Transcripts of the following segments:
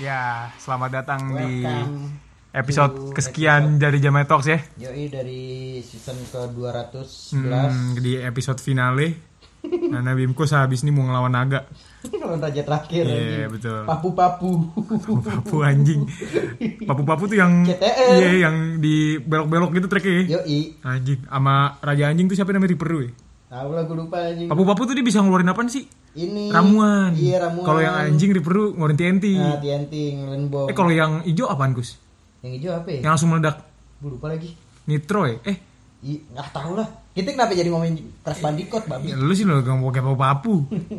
Ya, Selamat datang di Welcome episode to kesekian dari Jamai Talks ya. Yoi dari season ke 211 Hmm, di episode finale. Nah, Nana Bimkus habis ini mau ngelawan naga. Lawan raja terakhir Iya, anjing. betul. Papu-papu Papu anjing. Papu-papu tuh yang CTR. Iya, yang di belok-belok gitu treknya ya. Yoi Anjing, sama raja anjing tuh siapa namanya Riperu ya? Tahu lah gue lupa anjing Papu-papu tuh dia bisa ngeluarin apaan sih? Ini Ramuan. Iya ramuan Kalau yang anjing Riperu ngeluarin TNT. Nah tianting Ngelain bom eh kalau yang ijo apaan Gus? Yang hijau apa ya? Yang langsung meledak. Gue lupa lagi Nitro ya? Eh, I, ah tahu lah kita kenapa jadi ngomongin Crash Bandicoot babi ya lu sih lu gak mau kayak papu-papu.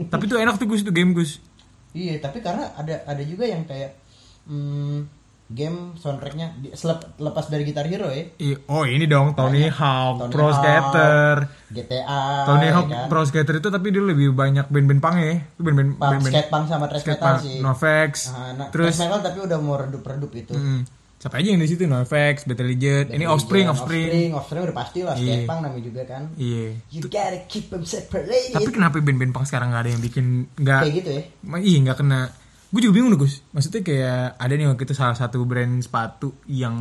Tapi tuh enak tuh Gus, tuh game Gus. iya tapi karena ada ada juga yang kayak hmm, game soundtracknya di- selep- lepas dari Guitar Hero ya I- Oh ini dong Tony Hawk, Pro Skater. GTA Tony ya Hawk kan? Pro Skater itu tapi dia lebih banyak band-band punk ya. Itu band-band Punk, band-band skate punk sama trash skate metal punk. sih. Novex. Ah, nah, terus trash metal tapi udah mau redup-redup itu. hmm, siapa aja yang di situ Novex, Battle Legend, ini Offspring, Offspring. Offspring, Offspring udah pasti lah skate Iya. punk namanya juga kan. Iya. You gotta keep them separated. Tapi kenapa band-band punk sekarang nggak ada yang bikin nggak kayak gitu ya. Ma- Iya nggak kena. Gue juga bingung tuh Gus. Maksudnya kayak ada nih waktu itu salah satu brand sepatu yang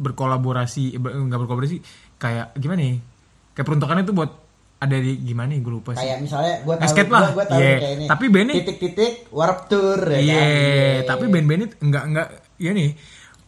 berkolaborasi eh, ber- nggak berkolaborasi kayak gimana ya? Kayak peruntukannya tuh buat ada di gimana ya gue lupa sih. Kayak misalnya gua tahu Skate lah. gua, gua tahu Iya. kayak ini. Tapi bandnya- titik-titik warp tour ya Iya, kan? Iya. tapi band-band itu enggak enggak ya nih.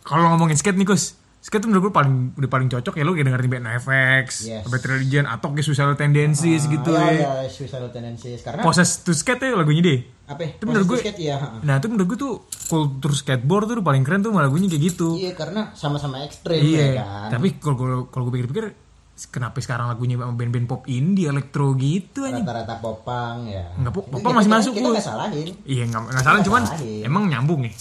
Kalau ngomongin skate nih, Gus. Skate tuh menurut gue paling udah paling cocok ya lo kayak dengerin band FX, Yes. Battle Religion atau kayak Suicidal Tendencies Ah, gitu iya, ya. iya, suicidal tendencies karena Possess to Skate ya lagunya deh. apa? ya? Itu menurut Posisi gue. skate ya. ha. Nah, itu menurut gue tuh kultur skateboard tuh udah paling keren tuh sama lagunya kayak gitu. Iya, karena sama-sama ekstrim Iya. ya kan. Tapi kalau kalau- kalau gue pikir-pikir kenapa sekarang lagunya sama band-band pop indie elektro gitu anjing. Rata-rata popang ya. Nggak, pop- Itu popang masih kita- kita- masuk, Kita gua. nggak salahin. Iya nggak nggak salah Nggak cuman salahin. emang nyambung nih.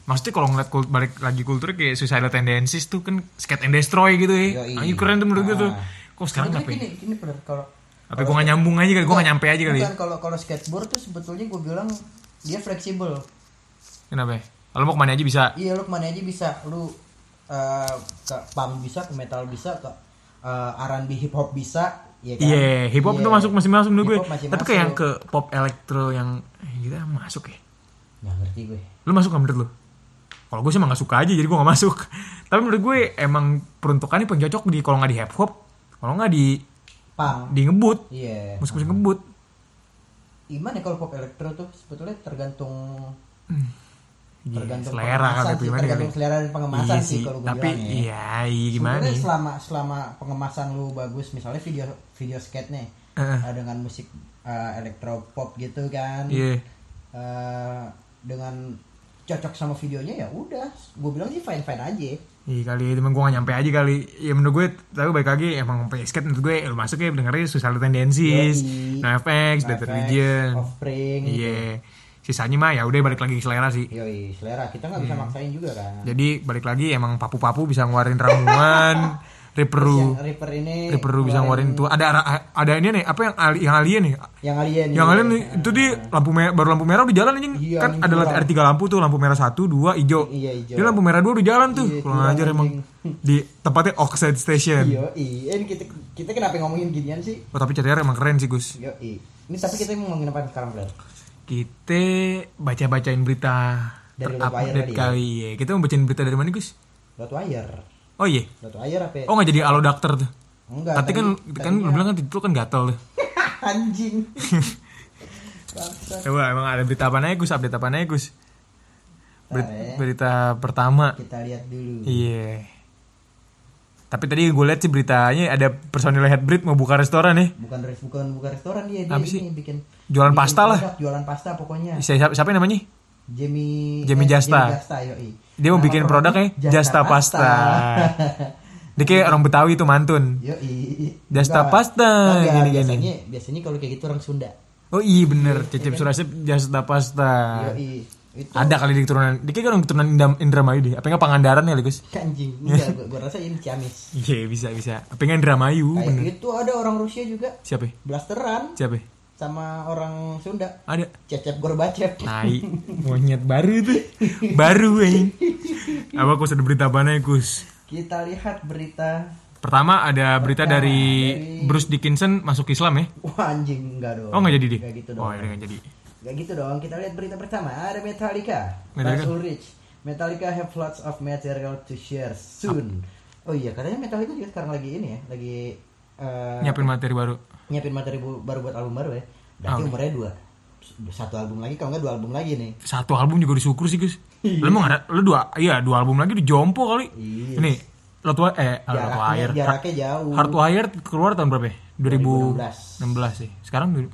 Maksudnya kalau ngeliat kul- balik lagi kulturnya kayak suicidal tendencies tuh kan skate and destroy gitu ya. Yoi. Anjir keren tuh menurut gue tuh. Ah. Kok sekarang kenapa? Sebenarnya ya? gini, gini bener kalau Apa gue gak nyambung aja kali, gue gak nyampe aja kali. ya? Bukan, kalau kalau skateboard tuh sebetulnya gue bilang dia fleksibel. Kenapa? ya? Kalau mau kemana aja bisa. Iya lu kemana aja bisa, lu eh, ke punk bisa, ke metal bisa, ke eh, R&B hip hop bisa, ya kan? Iya, hip hop Iya. itu masuk masing-masing menurut gue. Hip hop masih Tapi kayak yang masuk. ke pop elektro yang eh, gitu ah, masuk ya. Nggak ngerti gue. Lu masuk gak menurut lu? Kalau gue sih emang gak suka aja jadi gue gak masuk. Tapi menurut gue emang peruntukannya paling cocok di kalau gak di hip hop, kalau gak di Punk. di ngebut, Iya. musik-musik ngebut. Gimana ya kalau pop elektro tuh sebetulnya tergantung Iya, tergantung selera pengemasan kali sih, gimana kali. tergantung selera dan pengemasan Iya sih, kalau gue tapi bilang ya. iya, iya gimana Sebenarnya ya? selama selama pengemasan lu bagus misalnya video video skate nih Heeh. eh, dengan musik eh, elektro pop gitu kan Iya. Eh, dengan cocok sama videonya ya udah gue bilang sih fine fine aja Iya kali, cuman gue gak nyampe aja kali. Ya menurut gue, tapi baik lagi emang pakai skate menurut gue lu masuk ya dengerin Suicidal Tendencies, Yoi. NoFX, Better Effects, Religion. offspring gitu. Iya. Sisanya mah ya udah balik lagi ke selera sih. yoi selera kita nggak bisa maksain juga kan Iya. Jadi balik lagi emang papu-papu bisa ngeluarin ramuan, riperu, yang Reaper ini riperu bisa ngeluarin itu. Ada ara- ada ini nih, apa yang ali- yang alien nih? yang alien Yang ini. alien nih, itu di lampu merah, baru lampu merah udah jalan anjing. Iya, kan anjing, ada lat- kurang. ada tiga lampu tuh, lampu merah satu, dua, hijau. Iya, hijau. Dia lampu merah dua udah jalan tuh. Iya, Kurang kurang, ajar emang di tempatnya Oxide Station. yoi Eh, ini kita kita kenapa ngomongin ginian sih Oh, tapi ceritanya emang keren sih Gus. yoi ini tapi kita mau ngomongin apa sekarang Fler? Kita baca-bacain berita Dari terupdate Wire tadi ya? kali ya. Kita mau bacain berita dari mana Gus? Rottweiler Oh iya. Rottweiler apa ya? Oh nggak jadi alodakter tuh. enggak Tapi kan kan ya. lu bilang kan tidur kan gatel tuh. anjing Bangsa. Coba Eh, emang ada berita apa naik Gus? Update apa naik Gus? Ber- Bentar ya. berita pertama. kita lihat dulu Iya. Tapi tadi gue lihat sih beritanya ada personil Headbreed mau buka restoran nih. bukan res- bukan bukan restoran dia dia Apa sih? ini bikin Jualan bikin pasta lah. produk, jualan pasta pokoknya Siapa, siapa yang namanya? Jamie eh, Jamie Jasta. Jamie Jasta yoi. Dia mau Nama bikin produknya Jasta Pasta. Dia kayak orang Betawi tuh mantun. yoi Jasta Enggak, Pasta, enggak, gini-gini. biasanya biasanya kalau kayak gitu orang Sunda Oh iya bener, Cecep Surasep Jasta Pasta. yoi itu Ada kali di keturunan, dia kayak orang keturunan Indra- Indramayu deh. Apa enggak Pangandaran ya, Gus? anjing enggak gua, gua rasa ini Ciamis Iya, bisa bisa. Apa enggak Indramayu? kayak Uh, Bener. itu ada orang Rusia juga Siapa? ya? blasteran Siapa? ya? sama orang Sunda Ada. cecep gorbacep Tai, monyet baru tuh. Baru anjing. Apa Kus ada berita apa nih, Kus? kita lihat berita Pertama ada berita Pertama dari, dari- Bruce Dickinson masuk Islam ya. Wah anjing enggak dong. Oh nggak jadi deh. Enggak gitu oh dong. ya nggak jadi. Enggak gitu dong. Kita lihat berita pertama ada Metallica. Metallica. Lars Ulrich Metallica have lots of material to share soon. Oh iya, katanya Metallica juga sekarang lagi ini ya, lagi eh, nyiapin materi baru nyiapin materi bu- baru buat album baru ya. Berarti Oh. umurnya dua satu album lagi kalau nggak dua album lagi nih. satu album juga disyukur sih guys lu emang ada lu dua iya dua album lagi di jompo kali Iya. ini Lotwa eh Jaraknya, Hardwire jaraknya jauh. Hardwire keluar tahun berapa ya? 2016. 2016 sih sekarang du-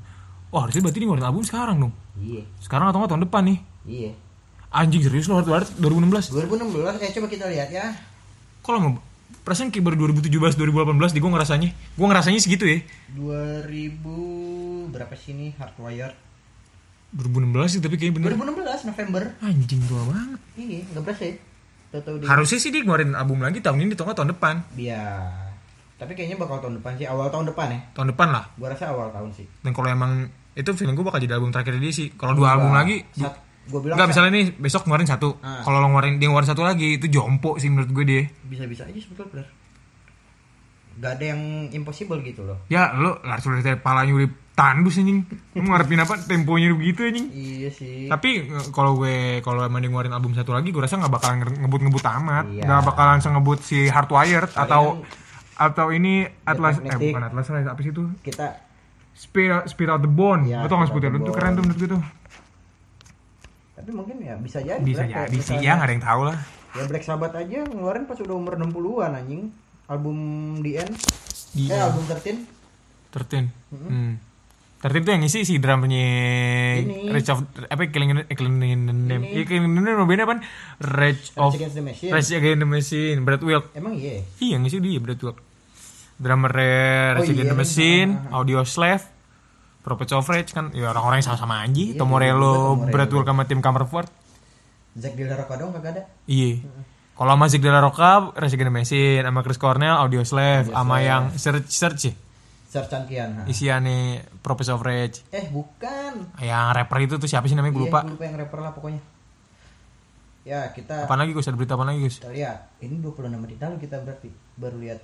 wah harusnya berarti ini ngeluarin album sekarang dong Iya, sekarang atau nggak tahun depan nih iya. anjing serius lo Hardwire 2016 2016 eh coba kita lihat ya. kok lama perasaan kayak baru 2017 2018 deh gue ngerasanya gue ngerasanya segitu ya 2000 berapa sih ini Hardwire? 2016 sih tapi kayaknya bener 2016 November. anjing tua banget Iya, nggak berasa ya. Tahu-tahu dia. harusnya sih dia ngeluarin album lagi tahun ini atau nggak tahun depan Iya. Tapi kayaknya bakal tahun depan sih, awal tahun depan ya. tahun depan lah Gua rasa awal tahun sih. dan kalau emang itu feeling gue bakal jadi album terakhir dia sih kalau dua album lagi du- Sat- gua Iya. bilang Enggak misalnya nih besok ngeluarin satu Ah. kalau lo ngeluarin dia ngeluarin satu lagi itu jompo sih menurut gue dia bisa-bisa aja sebetulnya benar. Gak ada yang impossible gitu loh. ya lo Lars Ulrich teh palanya udah tandus anjing Lo ngarepin apa temponya udah begitu anjing Iya sih. tapi eh, kalau gue kalau emang dia ngeluarin album satu lagi gue rasa nggak bakalan nge- ngebut-ngebut amat Iya. nggak bakalan sengebut si Hardwired atau atau ini Atlas eh Magnetic. bukan Atlas Rise apa sih itu Kita Spirit Spirit of the Bone Iya, lo tau nggak Spirit sebutnya of itu the keren tuh menurut gue tuh tapi mungkin ya bisa jadi. bisa Black, kayak jadi sih misalnya- ya nggak ada yang tahu lah Ya Black Sabbath aja ngeluarin pas udah umur 60-an anjing. Album The End. Iya. Eh album 13. Tertin Mm-hmm. hmm. Tertin tuh yang ngisi si drumnya Ini. Rage of apa Killing in eh, Killing in the Name Iya, Killing in the Name mobilnya apa Rage Rage of Against the Machine. Rage Against the Machine Brad Wilk Emang iya. ya? Iya ngisi dia Brad Wilk Drummer Rage Oh, Against the iya. Machine Audio Slave Prophets of Rage kan ya orang-orang yang sama-sama aja Iya, Tom Morello Tom Morello. Brad Wilk sama Tim Comerford Zack Del Roca dong kagak ada. Iya kalau sama Zig De La Rocca, Rage Against the Machine, sama Chris Cornell, Audio Slave, sama yang Search, Search ya, Nah. Sir Cangkian. ha. isiannya Prophets of Rage. Eh bukan. yang rapper itu tuh siapa sih namanya gue Iya, lupa gua lupa yang rapper lah pokoknya. Ya kita apaan lagi Gus ada berita apaan lagi Gus kita lihat. Ini 26 menit lalu kita berarti baru lihat.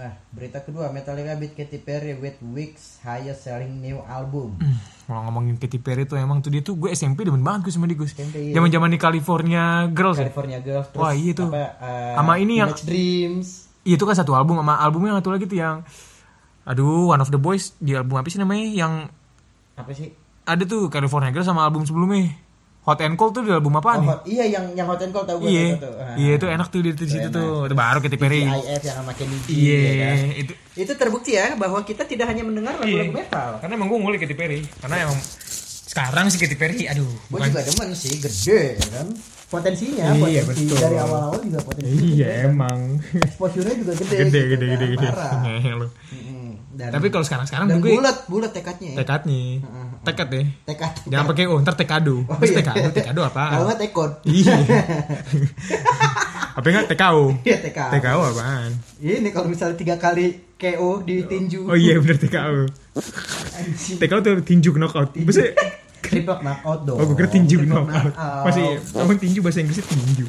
Nah, berita kedua Metallica beat Katy Perry with weeks highest selling new album. Hmm, kalau ngomongin Katy Perry tuh emang tuh dia tuh gue SMP demen banget gue sama dia Gus SMP, iya. zaman zaman di California Girls ya California Girls terus Wah, iya tuh. apa, eh, Sama ini yang- Teenage Dreams. Iya, itu kan satu album sama albumnya yang satu lagi tuh yang aduh One of the Boys di album apa sih namanya yang Apa sih? ada tuh California Girls sama album sebelumnya Hot and Cold tuh di album apa Oh, nih hot- iya yang yang Hot and Cold tau gue iya tuh. Ah. Iya, iya itu enak tuh di di situ tuh itu baru Katy Perry TGIF yang sama Kenny G, ya iya kan? itu Itu terbukti ya bahwa kita tidak hanya mendengar lagu-lagu Iya. metal. karena emang gue ngulik Katy Perry karena emang sekarang sih Katy Perry aduh Gue bukan juga demen sih, gede ya kan. Potensinya, Iya, potensi betul. dari awal-awal juga potensi. iya emang Exposure-nya juga gede. gede gitu gede gede Hmm. kan, gede Parah. Ngehe lu. Mm-mm. Dan, tapi kalau sekarang sekarang dan gue bulat, bulat tekadnya ya. tekadnya Heeh. tekad ya Tekad. jangan pakai oh ntar tekadu Oh, terus iya. tekadu tekadu Kalau apa nggak tekod. iya apa enggak TKO Iya, tekad. TKO apaan Ini kalau misalnya tiga kali KO di tinju. oh iya bener TKO Anjing. TKO tuh tinju knockout Maksudnya Triple knockout dong. oh gue kira tinju Triple knockout knockout. masih emang tinju bahasa Inggrisnya tinju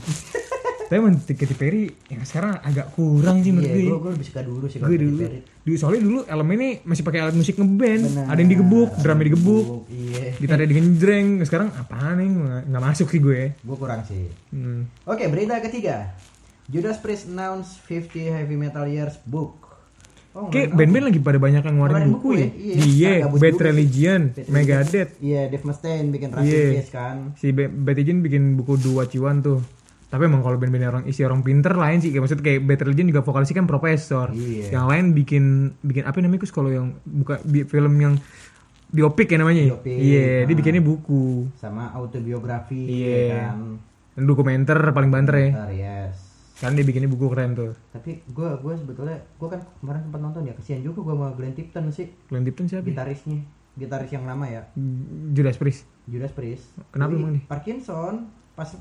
tapi emang Katy Perry yang sekarang agak kurang sih menurut Iya, gue gue gue lebih suka dulu sih kalau gue Katy dulu Perry. dulu soalnya dulu elemennya masih pakai alat musik ngeband Benar. ada yang digebuk drumnya digebuk Iya. gitarnya digenjreng sekarang apaan nih nggak masuk sih gue Gue kurang sih. hmm. Oke, berita ketiga. Judas Priest announce 50 heavy metal years book. Oh, Oke, ngeluarin band-band lagi pada banyak yang ngeluarin Ngeluarin buku, buku ya. ya, iya. Iya, Gabut Bad juga sih. Religion, Bad Megadeth. apa? Iya, Dave Mustaine bikin Iya. Rancid Case kan. Si Ba- Bad Religion bikin buku dua ciwan tuh. Tapi emang kalau band-band orang isi orang pinter lain sih, kayak maksud kayak Bad Religion juga vokalisnya kan profesor. Iya. Yang lain bikin bikin apa namanya Kus kalau yang buka bi- film yang biopik ya namanya. ya? Biopik, Iya, dia ah. bikinnya buku. Sama autobiografi Iya. ya kan. Dan dokumenter paling banter ya. Bentar, yes. Kan dia bikinnya buku keren tuh. Tapi gue gue sebetulnya gue kan kemarin sempat nonton ya kesian juga gue sama Glenn Tipton sih Glenn Tipton siapa? ya? gitarisnya gitaris yang lama ya Judas Priest. Judas Priest. Kenapa Jadi, emang nih? Parkinson pas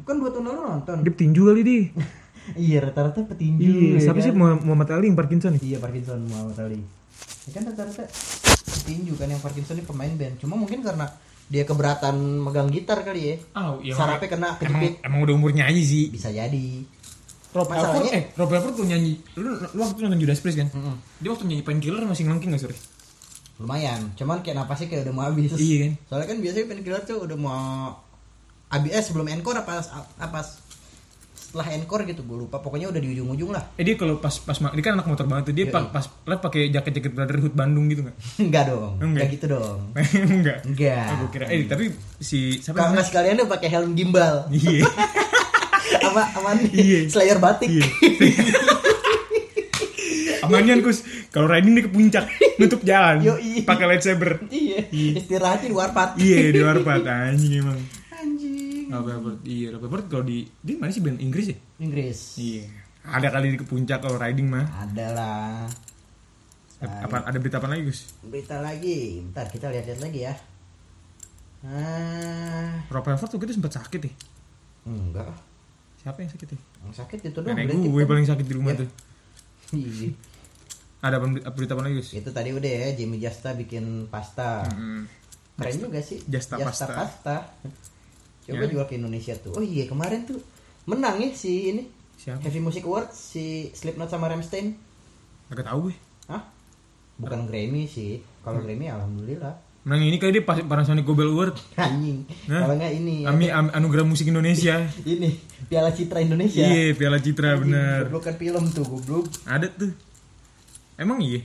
bukan dua tahun lalu nonton. Dia petinju kali dia. iya rata-rata petinju. Iya, ya siapa kan? sih Muhammad Ali yang Parkinson? ya? Iya Parkinson Muhammad Ali. Ya kan rata-rata tinju kan yang Parkinson ini pemain band. Cuma mungkin karena dia keberatan megang gitar kali ya. Oh, iya, Sarapnya kena Emang, Nah, kejepit. emang udah umurnya aja sih. Bisa jadi. Rob Halford, Masalahnya- eh Rob Halford tuh nyanyi. Lu, lu waktu nonton Judas Priest kan? Dia waktu nyanyi Painkiller masih ngelengking gak sore? Lumayan. Cuman kayak napasnya kayak udah mau habis. Iya kan? Soalnya kan biasanya painkiller tuh udah mau abis eh, sebelum encore apa apa setelah encore gitu gue lupa pokoknya udah di ujung-ujung lah Eh dia kalau pas pas ma- dia kan anak motor banget tuh dia pa- pas lihat pakai jaket jaket Brotherhood Bandung gitu nggak? enggak dong Enggak. enggak gitu dong Enggak. enggak Aku kira eh tapi si siapa namanya? kalau nggak sekalian udah pakai helm gimbal Iya. sama sama Iya. slayer batik Iya. Amanian kus kalau riding dia ke puncak nutup jalan Yoi. pakai lightsaber. iya istirahatnya di warpat Iya di warpat anjing emang. anjing Rappaport iya Rappaport kalau di di mana sih band Inggris ya? Inggris Iya. Ada kali di ke puncak kalau riding mah. ada lah Eh, Nah, iya. Apa ada berita apa lagi Gus? berita lagi bentar kita lihat-lihat lagi ya ah Rob Halford tuh kita sempat sakit ya. enggak Siapa yang sakit ya? yang sakit itu dong Nenek berarti gue kan. paling sakit di rumah Iya. tuh. Ada apa- apa berita apa lagi Gus? itu tadi udah ya Jimmy Jasta bikin pasta Hmm. keren juga sih Jasta pasta. pasta. coba Ya. jual ke Indonesia tuh oh iya kemarin tuh menang ya si ini Siapa? Heavy Music Awards si Slipknot sama Rammstein Agak tahu gue. Hah? bukan Grammy sih Hmm. kalau Grammy alhamdulillah Menang ini kali dia pas Panasonic Gobel Award. anjing Hah? kalau nggak ini ya. Ami, am- anugerah musik Indonesia. ini Piala Citra Indonesia Iya, Piala Citra bener. Goblok kan film tuh goblok. Ada tuh. Emang iya.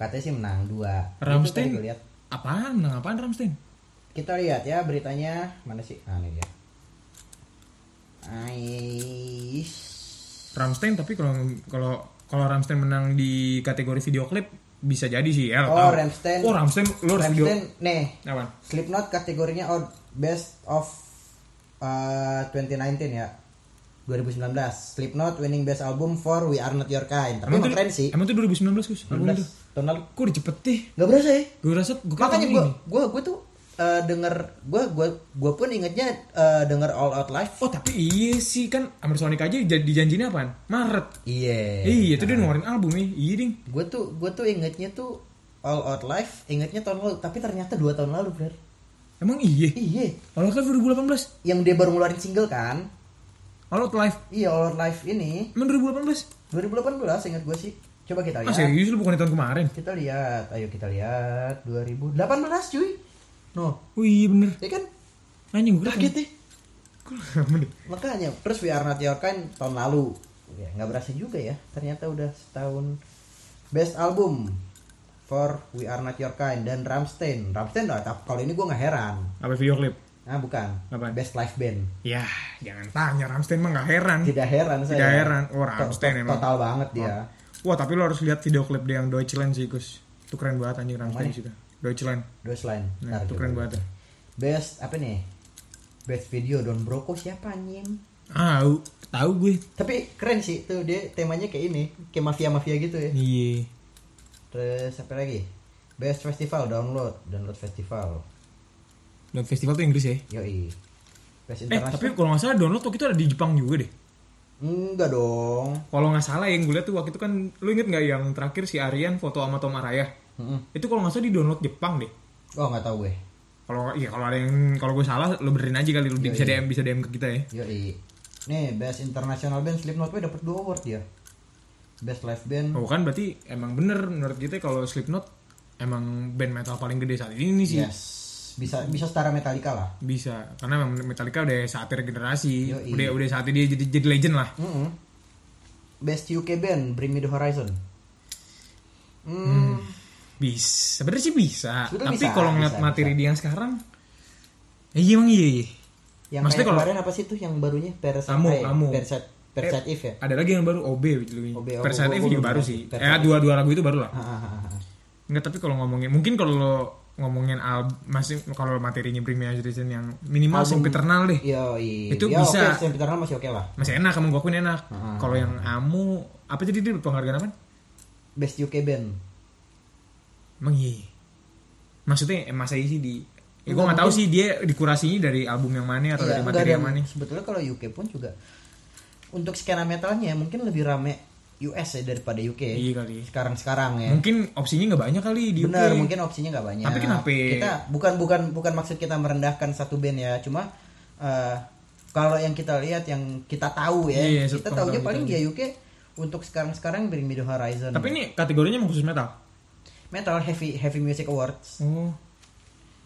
Katanya sih menang dua. Rammstein? Itu tadi gua lihat. Apaan? Menang apaan Ramstein? Kita lihat ya beritanya mana sih? Ah ini dia. Ais. Ramstein tapi kalau kalau kalau Ramstein menang di kategori video klip bisa jadi sih ya. lo tahu. Oh, Rammstein. Oh Ramstein lo harus video. Rammstein nih Apaan? Slipknot kategorinya out best of uh, 2019 ya. 2019 Slipknot winning best album for We Are Not Your Kind. Tapi emang tuh- keren sih. Emang tuh 2019 Gus. Album itu. 19 tahun lalu. Kok udah cepet sih? Gak berasa ya? Gue rasa gue makanya gue gue gue tuh eh, denger gue gue gue pun ingetnya eh, denger all out live Oh tapi iya sih kan Amersonic aja jadi dijanjinya apaan? Maret. iya Iya, itu dia ngeluarin album ya. Iya ding. gue tuh gue tuh ingetnya tuh all out live ingetnya tahun lalu tapi ternyata dua tahun lalu bener Emang iya. iya All Out Live 2018. yang dia baru ngeluarin single kan All Out Live. iya all out live ini Emang 2018? 2018 inget gue sih coba kita Ah lihat serius lu bukan di tahun kemarin? kita lihat ayo kita lihat 2018 cuy no Oh iya bener. ya kan Anjing gue kaget ya Kok lama deh? Makanya, terus We Are Not Your Kind tahun lalu. Ya, nggak berasa juga ya. Ternyata udah setahun best album for We Are Not Your Kind dan Ramstein. Ramstein udah, tapi kalau ini gue nggak heran. Apa video klip? Ah, bukan. Apaan? Best live band. Ya, jangan tanya Ramstein mah gak heran. Tidak heran saya. ya. Tidak heran. Oh, To- Rammstein to- emang. Oh. Total banget dia. Wah, tapi lo harus lihat video klip dia yang Deutschland sih, Gus. Itu keren banget anjing Ramstein sih. Deutschland. Deutschland. Nah, itu coba. keren banget. Best apa nih? Best video Don Broko siapa anjing? Ah, u- tahu gue. Tapi keren sih tuh dia temanya kayak ini, kayak mafia-mafia gitu ya. Iya. Terus apa lagi? Best Festival download, download festival. Dan festival tuh Inggris ya. Yoi. Eh, Best internasional. tapi kalau nggak salah download waktu itu ada di Jepang juga deh. Enggak dong. Kalau nggak salah yang gue lihat tuh waktu itu kan, lo inget nggak yang terakhir si Aryan foto sama Tom Araya? Mm-mm. Itu kalau nggak salah di download Jepang deh. Oh, enggak tahu gue. Kalau iya kalau ada yang kalau gue salah, lo benerin aja kali lo bisa DM bisa DM ke kita ya. Yoi. Nih, Best International Band Slipknot gue dapat 2 award dia. Best Live Band. Oh kan berarti emang bener menurut kita kalau Slipknot emang band metal paling gede saat ini sih. Yes. Bisa bisa setara Metallica lah. Bisa karena emang Metallica udah saatnya regenerasi, Yoi. udah udah saatnya dia jadi jadi legend lah. Mm-mm. Best UK Band Bring Me The Horizon. Hmm. Bisa, sebenarnya sih bisa. Sebenarnya Tapi bisa, kalau ngeliat bisa, materi dia yang sekarang, ya iya emang iya. iya. Yang Maksudnya kayak kalau- kemarin apa sih tuh yang barunya Parasite Kamu, eh, kamu. Eh. Parasite Parasite Eve ya? Ada lagi yang baru OB gitu. OB, Per saat oh, gua- ini gua juga belum baru dengar sih. sih, Per Ya saat dua dua lagu itu baru lah. Ah, ah, ah, ah. Enggak, tapi kalau ngomongin mungkin kalau lo ngomongin al masih kalau materinya Bring Me Horizon yang minimal Album- sampai eternal deh. Yoi. Itu Ya, bisa. Oke, Sempiternal masih oke lah. masih enak kamu gue akuin enak Ah. kalau yang amu apa jadi dia penghargaan apa Best UK Band. emang iya maksudnya eh, masa sih di ya, gue nggak tahu sih dia dikurasinya dari album yang mana atau Ya, dari Iya, enggak, materi yang dan mana Sebetulnya kalau UK pun juga untuk skena metalnya mungkin lebih rame US ya daripada UK. Iya kali. Hmm. Sekarang-sekarang ya. mungkin opsinya nggak banyak kali di Benar, UK. mungkin opsinya nggak banyak. Tapi kenapa- Kita bukan bukan bukan maksud kita merendahkan satu band ya, cuma eh, kalau yang kita lihat yang kita tahu Iya, ya, iya, kita pengetahuan tahunya kita paling aja. dia UK untuk sekarang-sekarang Bring Me The Horizon. tapi ini kategorinya emang khusus metal Metal Heavy Heavy Music Awards. Hmm? oh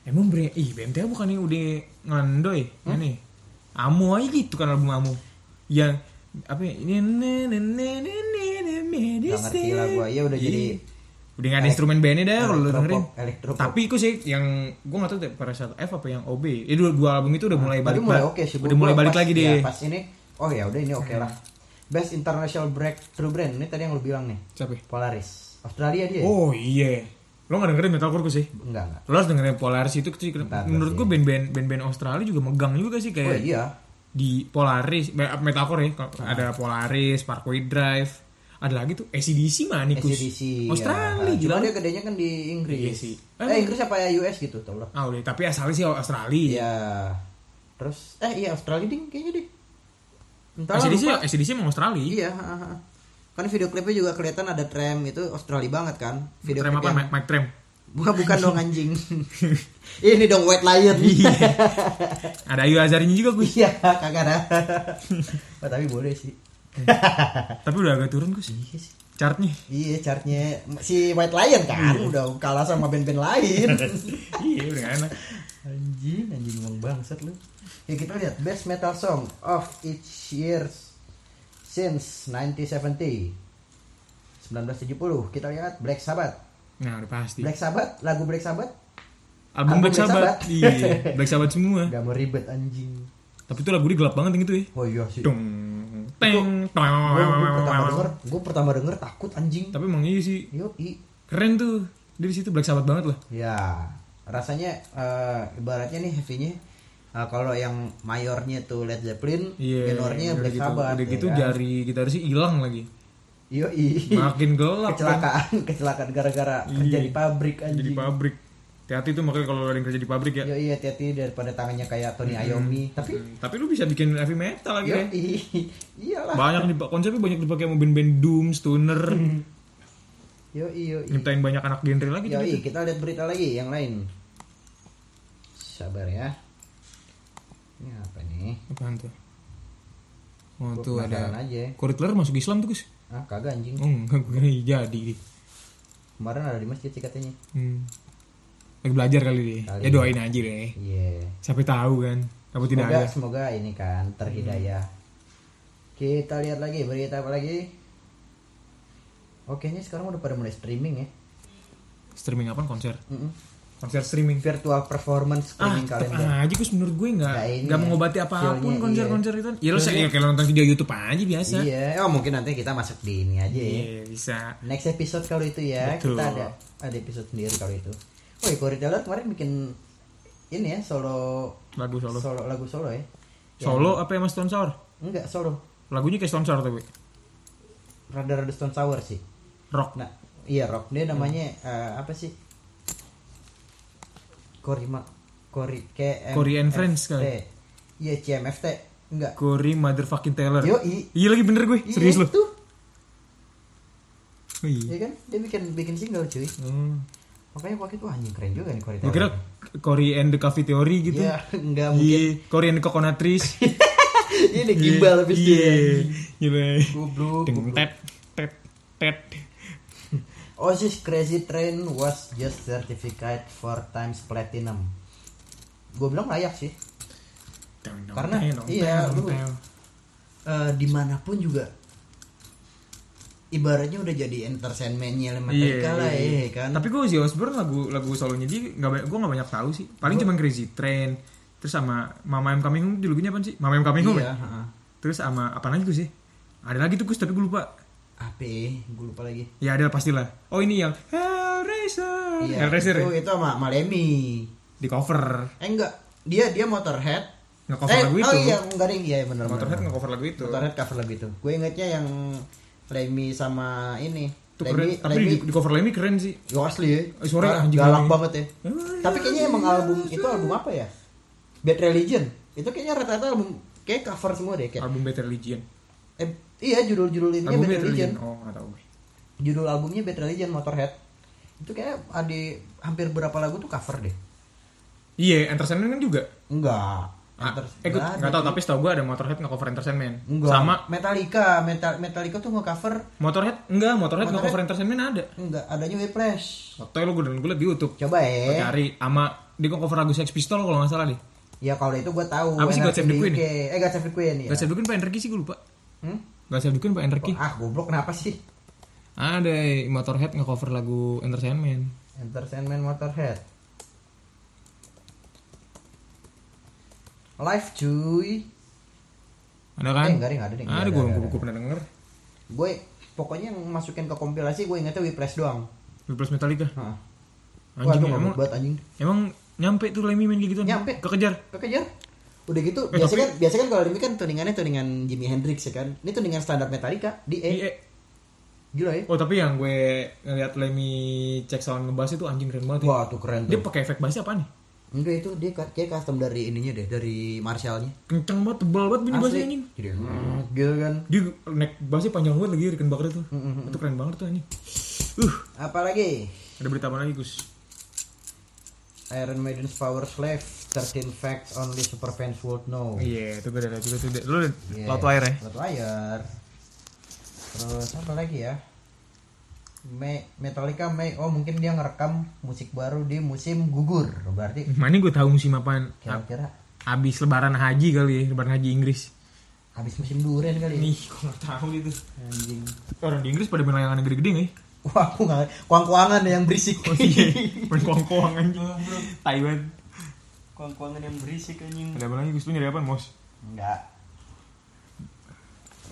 emang bre ih BMTA bukan nih udah ngandoy ini Amu aja gitu kan album Amu. Yang apa ya? ini ne- ne- ne- ne- ne- ne- medicine. Nggak ngerti lah gua. Iya, udah Iya. jadi- udah gak ada instrumen bandnya dah kalau lu Elektropop, dengerin. elektropop. Tapi itu sih yang gue gak tahu deh, pada saat F apa yang OB. Ya dua, dua album itu udah mulai Nah, Tapi balik. mulai ba- oke sih. Udah Gua- mulai gua balik pas- lagi ya, deh. pas ini, oh ya udah ini oke lah. Best International Breakthrough Brand ini tadi yang lu bilang nih. Siapa? ya? Polaris. Australia dia. ya? Oh iya. Lo gak dengerin metalcore gue sih? Enggak enggak. Lo harus dengerin Polaris itu kecil. Bentar, iya. Menurut gue band-band band-band Australia juga megang juga sih kayak Oh iya. di Polaris me- metalcore ya kalau ada Polaris Parkway Drive ada lagi tuh ACDC Manikus ACDC. Australia ya. gila Cuma dia gedenya kan di Inggris. Iya sih. Eh Inggris apa ya US gitu tau lah. ah udah tapi asalnya sih Australia Iya. Terus eh iya Australia ding kayaknya deh. Entah lah, ACDC lupa. ACDC emang Australia Iya, ha, ha, ha. Kan video klipnya juga kelihatan ada tram itu Australia banget kan. Video Trem klip apa yang- Mike, Mike Trem Bukan bukan dong anjing. Ini dong White Lion. ada Ayu Azarinya juga Gus Iya, kagak ada. Wah, tapi boleh sih. tapi udah agak turun Gus Iya sih. chartnya Iya, chartnya si White Lion kan udah kalah sama band-band lain. iya udah gak enak anjing, anjing emang bangsat lu. Ya kita lihat best metal song of each years since 1970. 1970 kita lihat Black Sabbath. nah udah pasti Black Sabbath, lagu Black Sabbath album Black Sabbath iya Black Sabbath semua Gak mau ribet anjing. tapi itu lagu dia gelap banget yang itu ya Oh iya sih. dong teng Gue pertama denger, gue pertama denger takut anjing. tapi emang iya sih Yoi. keren tuh dia di situ Black Sabbath banget lah Ya, rasanya eh, ibaratnya nih heavy-nya eh, kalau yang mayornya tuh Led Zeppelin, Iya, minornya udah Black gitu, Sabbath. Udah ya gitu kan? jari gitarisnya hilang lagi. Yoi. Makin gelap. kan. kecelakaan, kecelakaan gara-gara kerja Iya. di pabrik Jadi anjing. Iya. pabrik. Hati-hati tuh makanya kalau ada yang kerja di pabrik ya. Yoi, hati-hati daripada tangannya kayak Tony Iommi. Tapi Hmm, Tapi lu bisa bikin heavy metal lagi ya. yoi, iyalah. Banyak dipak konsepnya banyak dipakai sama band-band doom, stoner, Hmm. Yoi, yoi. nyiptain banyak anak genre lagi tuh Yoi, gitu. kita lihat berita lagi yang lain. Sabar ya. Ini apa nih? Apaan tuh? Oh Gua tuh ada penasaran aja. Corey Taylor masuk Islam tuh Gus Ah, kagak anjing. Oh enggak gue kira jadi dia. Kemarin ada di masjid sih katanya. hmm. Lagi belajar kali dia Kali. Ya doain aja deh Iya. Siapa tahu kan Kamu tidak Semoga ada semoga ini kan terhidayah. Kita lihat lagi berita apa lagi? Oke, ini sekarang udah pada mulai streaming ya. Streaming apaan konser Mm-mm. Konser streaming Virtual performance ah streaming tetep kalender. aja Gus menurut gue nggak Nggak ini nggak ya, mengobati apapun feel-nya, konser-konser itu ya lo Feel-nya. saya kalau nonton video YouTube aja biasa iya Iya, oh mungkin nanti kita masuk di ini aja ya. bisa Next episode kalau itu ya, Iya. Betul. kita ada ada episode sendiri kalau itu. Oh, Corey Taylor kemarin bikin ini ya solo lagu solo, solo lagu solo ya. solo apa yang mas Stone Sour Enggak solo. lagunya kayak Stone Sour tapi Rada-rada Stone Sour sih. rock Nah, iya Rob. Dia Hmm. namanya eh, apa sih? Korima Kori K Cory and Friends kali. Iya CMFT. Enggak. Corey Motherfucking Taylor Yoi. iya lagi bener gue Iya, serius lo Itu. Oh, iya Iya kan? Dia bikin bikin single cuy. Hmm. Makanya waktu itu anjing keren juga nih Kori. gue Ya, kira Corey and the Coffee Theory gitu Iya, enggak mungkin. Iya, Corey and the Coconut Trees. Ini gimbal habis Iya, dia. Gila. Goblok. Ding, goblok. tet, tet, tet. Oasis Oh, Crazy Train was just certificate for times platinum. Gue bilang layak sih. Dong, dong, Karena, teng, dong, iya, teng, lu- teng. eh, dimanapun juga ibaratnya udah jadi entertainmentnya Iya, Metallica lah iya, ya iya. kan Tapi gue Ozzy Osbourne lagu lagu solonya dia nggak banyak, gue nggak banyak tahu sih. Paling cuma Crazy Train, terus sama Mama I'm Coming Home itu lagunya apa sih? Mama I'm Coming Home. iya ya? heeh. Terus sama apa lagi gue sih? Ada lagi tuh Gus tapi gue lupa. apa gue lupa lagi Ya ada pastilah. Oh ini yang Hellraiser. iya Hellraiser itu ya? itu sama Malemi di cover. eh enggak dia dia Motorhead Nge-cover lagu oh itu. iya enggak ding iya benar Motorhead nge-cover lagu itu. Motorhead cover lagu itu gue ingetnya yang Lemmy sama ini Itu keren. Lemmy Tapi Lemmy di, di cover Lemmy keren sih. Ya, asli ya Oh, suara Galak- anjing Eh, iya, galak Lemmy. banget ya tapi kayaknya emang album itu album apa ya Bad Religion itu kayaknya rata-rata album kayak cover semua deh kayak album Better Legion. Eh, iya judul judul ini Album Bad Better Religion. Legion. Oh nggak tahu gue. Judul albumnya Bad Religion Motorhead. Itu kayak ada hampir berapa lagu tuh cover deh. Iya, Entertainment kan juga. Enggak. Ah, Enter- eh, gue Nggak ada. nggak tahu tapi setahu gue ada Motorhead nge-cover Entertainment. Enggak. Sama Metallica, Metal Metallica tuh nge-cover Motorhead enggak, Motorhead, nggak cover entertainment ada. enggak adanya Whiplash. Fotonya lu gue dan gue liat di YouTube. Coba ya. Cari sama dia kok cover lagu Sex Pistol kalau nggak salah deh. Ya kalau itu gue tahu. Apa sih When God Save the Hearts Queen? Decay. Eh God Save the Queen ya. Gak saya Pak Enderki sih gue lupa. Hmm? Gak saya Pak Enderki. Ah goblok kenapa sih? Ada Motorhead nge-cover lagu Entertainment. Entertainment Motorhead. Live cuy. Ada kan? Eh, enggak deh, enggak ada deh. Enggak Ada ada, gue enggak gue ada. gue pernah denger. Gue pokoknya yang masukin ke kompilasi gue ingetnya Whiplash doang. Plus Metallica. Heeh. Anjing Waduh, emang ngomong buat anjing. emang nyampe tuh Lemmy main kayak gitu. Nyampe. Kekejar. Kekejar. Udah gitu, biasa kan, biasa kan kalau ini kan tuningannya tuningan Jimi Hendrix ya kan. Ini tuningan standar Metallica di E. Iya. Gila ya. Oh tapi yang gue ngeliat Lemmy cek sound ngebass itu anjing keren banget. ya. Wah, tuh keren Dia tuh. pakai efek bassnya apa nih? Enggak itu dia ka- kayak custom dari ininya deh, dari Marshallnya. Kenceng banget, tebal banget bunyi bassnya anjing. Jadi, hmm, gitu kan. Dia neck bassnya panjang banget lagi Riken Bakar itu. Itu keren banget tuh anjing. Uh, Apalagi ada berita apa lagi Gus? Iron Maiden's Power Slave 13 Facts Only Superfans Would Know. Iya, itu gue ada juga tuh. Lu Yeah. laut air ya? Laut air. Terus apa lagi ya? May, Metallica May oh mungkin dia ngerekam musik baru di musim gugur berarti Mana gue Nah, tahu musim apaan? A- kira-kira Abis lebaran haji kali ya, lebaran haji Inggris. habis musim duren kali ya. Nih, gue gak tahu itu. anjing Orang di Inggris pada main layangan gede-gede nggak ya? wah aku nggak kuang-kuangan yang berisik Oh, Iya. Main koang-koang anjing. Taiwan. kuang-kuangan yang berisik anjing Ada apa lagi Gus? Lu nyari apaan, Mos? enggak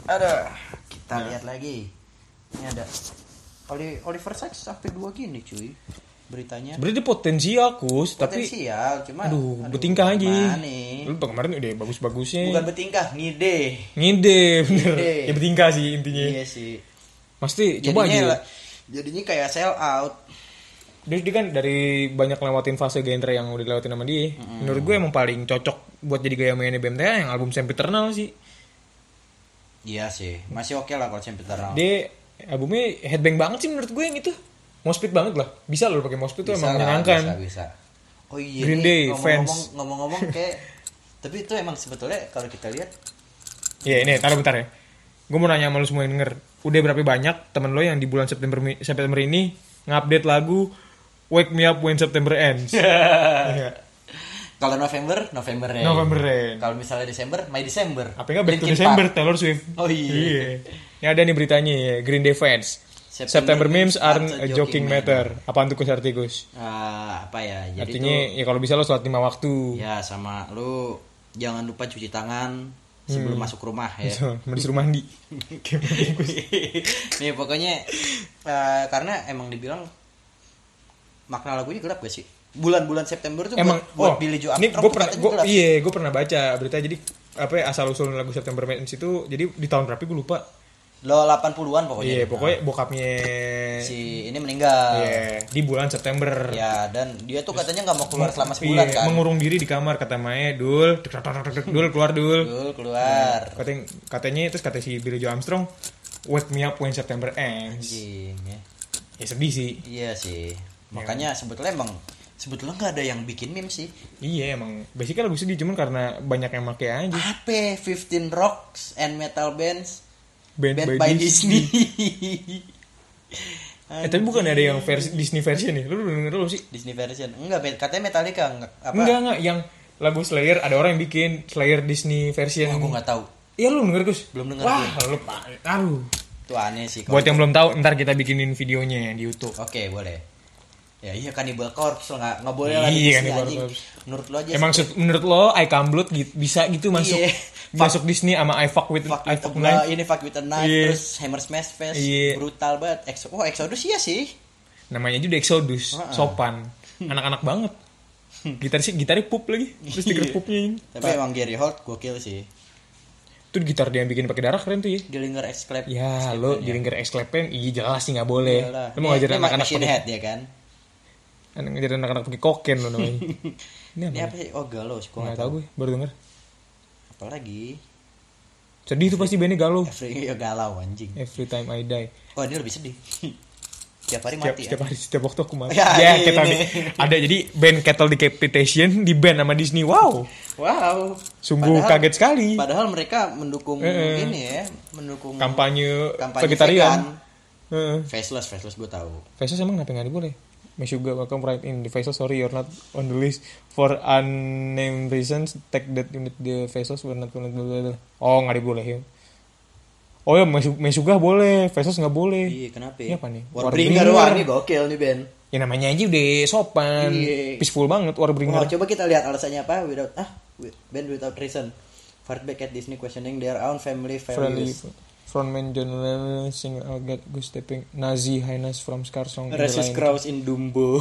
ada kita lihat lagi ini ada Oli- Oliver Sacks sampai dua gini cuy beritanya Berarti dia potensial, Kus. potensial cuma gimana nih? Lu kemarin udah bagus-bagusnya. bukan bertingkah ngide Ngide, bener. Ngide. Ya bertingkah sih intinya. iya sih Pasti coba jadinya aja. la- jadinya kayak sell out Terus dia kan dari banyak lewatin fase genre yang udah dilewatin sama dia. Menurut gue emang paling cocok buat jadi gaya mainnya BMTA yang album Sempiternal sih. iya sih masih oke lah kalau Champion Round Dia albumnya headbang banget sih menurut gue yang itu. Mospit banget lah. Bisa loh pakai mospit tuh Bisa emang lah, menyenangkan. bisa, bisa. oh iya Green nih, Day, ngomong-ngomong- fans. ngomong-ngomong kayak tapi itu emang sebetulnya kalau kita lihat Ya ini taruh bentar ya. Gue mau nanya sama lu semua yang denger. Udah berapa banyak temen lo yang di bulan September mi- September ini ngupdate lagu Wake Me Up When September Ends. Iya. kalau November November ya November Ends. kalau misalnya Desember May Desember Apa enggak Back to Linkin December Park. Taylor Swift. Oh, iya. Ini ada nih beritanya ya, Green Day fans. September, memes aren't a joking matter. Apaan tuh konser tikus? Ah, apa ya jadi Artinya ya kalau bisa lo sholat lima tuh waktu. ya sama lu jangan lupa cuci tangan sebelum Hmm. masuk rumah ya Cuma disuruh mandi. Kayak gitu. tikus. nih pokoknya eh, karena emang dibilang makna lagunya gelap gak sih bulan-bulan September tuh Emang oh, buat, buat Billy Joe ini Armstrong gue tuh pernah katanya gua, gelap. iya gue pernah baca berita jadi apa ya, asal usul lagu September Madness itu jadi di tahun berapa gue lupa. lo 80-an pokoknya Iya pokoknya bokapnya Oh, si eh, ini meninggal iya, di bulan September. ya dan dia tuh katanya nggak mau keluar selama sebulan Iya, kan mengurung diri di kamar kata Mae, Dul, tek, tek, tek, tek, tek, Dul keluar Dul. Dul, keluar katanya katanya terus kata si Billy Joe Armstrong wake me up when September ends Anjing, ya. ya sedih sih iya sih makanya sebetulnya emang sebetulnya nggak ada yang bikin meme sih iya emang basically lagu sedih cuman karena banyak yang make aja apa 15 rocks and metal bands band, band by, by Disney, Disney, eh tapi bukan ada yang versi Disney version ya lu udah denger dulu sih Disney version enggak bet- katanya Metallica enggak apa enggak enggak yang lagu Slayer ada orang yang bikin Slayer Disney version Wah, gua nggak tahu iya lu denger Gus Belum denger wah lu pa- aduh itu aneh sih kalau- buat yang belum tahu ntar kita bikinin videonya di YouTube oke boleh ya iya Cannibal Corpse lo nggak nggak boleh Iya, lah di Disney, Cannibal anjing. Corpse. menurut lo aja Emang se- menurut lo I Come Blood gitu- bisa gitu masuk Iya. masuk Disney sama I Fuck With fuck I with a Fuck Knife? knife. ini fuck with a knife Iya. terus hammer smash fest Iya. brutal banget Exo oh Exodus iya sih namanya aja udah Exodus, Heeh. sopan, anak-anak banget. Gitar sih gitarnya pup lagi, terus stiker Iya. pupnya ini. tapi emang Gary Holt gokil sih Tuh gitar dia yang bikin pakai darah keren tuh ya. Dillinger Exclave Ya lo di ringer Exclapen, iya jelas sih nggak boleh. Iyalah. Lo mau Ini- ngajarin ini anak-anak machine pakai head ya kan anak- ngajarin anak-anak pakai koken lo namanya. Ini apa? ini ya? apa sih oh galos gua Iya. Nggak nggak tahu tahu gue, baru denger. apalagi Sedih tuh pasti bandnya galau. Every ya galau anjing Every time I die. oh ini lebih sedih tiap hari Setiap, mati ya setiap hari, setiap waktu aku mati. Ya, Ya, ini. kita ada jadi band Cattle Decapitation di band sama Disney. Wow, Wow. sungguh Padahal- kaget sekali. Padahal mereka mendukung Eh, eh. ini ya, mendukung Kampanye, kampanye vegetarian. vegan. Heeh. Faceless, faceless gue tahu. Faces emang kenapa nggak ya? boleh? Meshuga, welcome right in. The Faces, sorry you're not on the list. For unnamed reasons, take that unit the Faces were not on the list. Oh, nggak dibolehin. Oh ya, Meshu- Meshuga boleh, Faces nggak boleh. Iya, kenapa? Iya, apa nih? Warbringer, Warbringer. wah ini gokil nih Ben. Ya namanya aja udah sopan, Iya. peaceful banget, Oh, Warbringer. coba kita lihat alasannya apa without ah with- Ben without reason. Fight back at Disney questioning their own family Friendly values. frontman John Lennon, sing I'll get good stepping Nazi Highness from Scarsong. Racist crowds in Dumbo.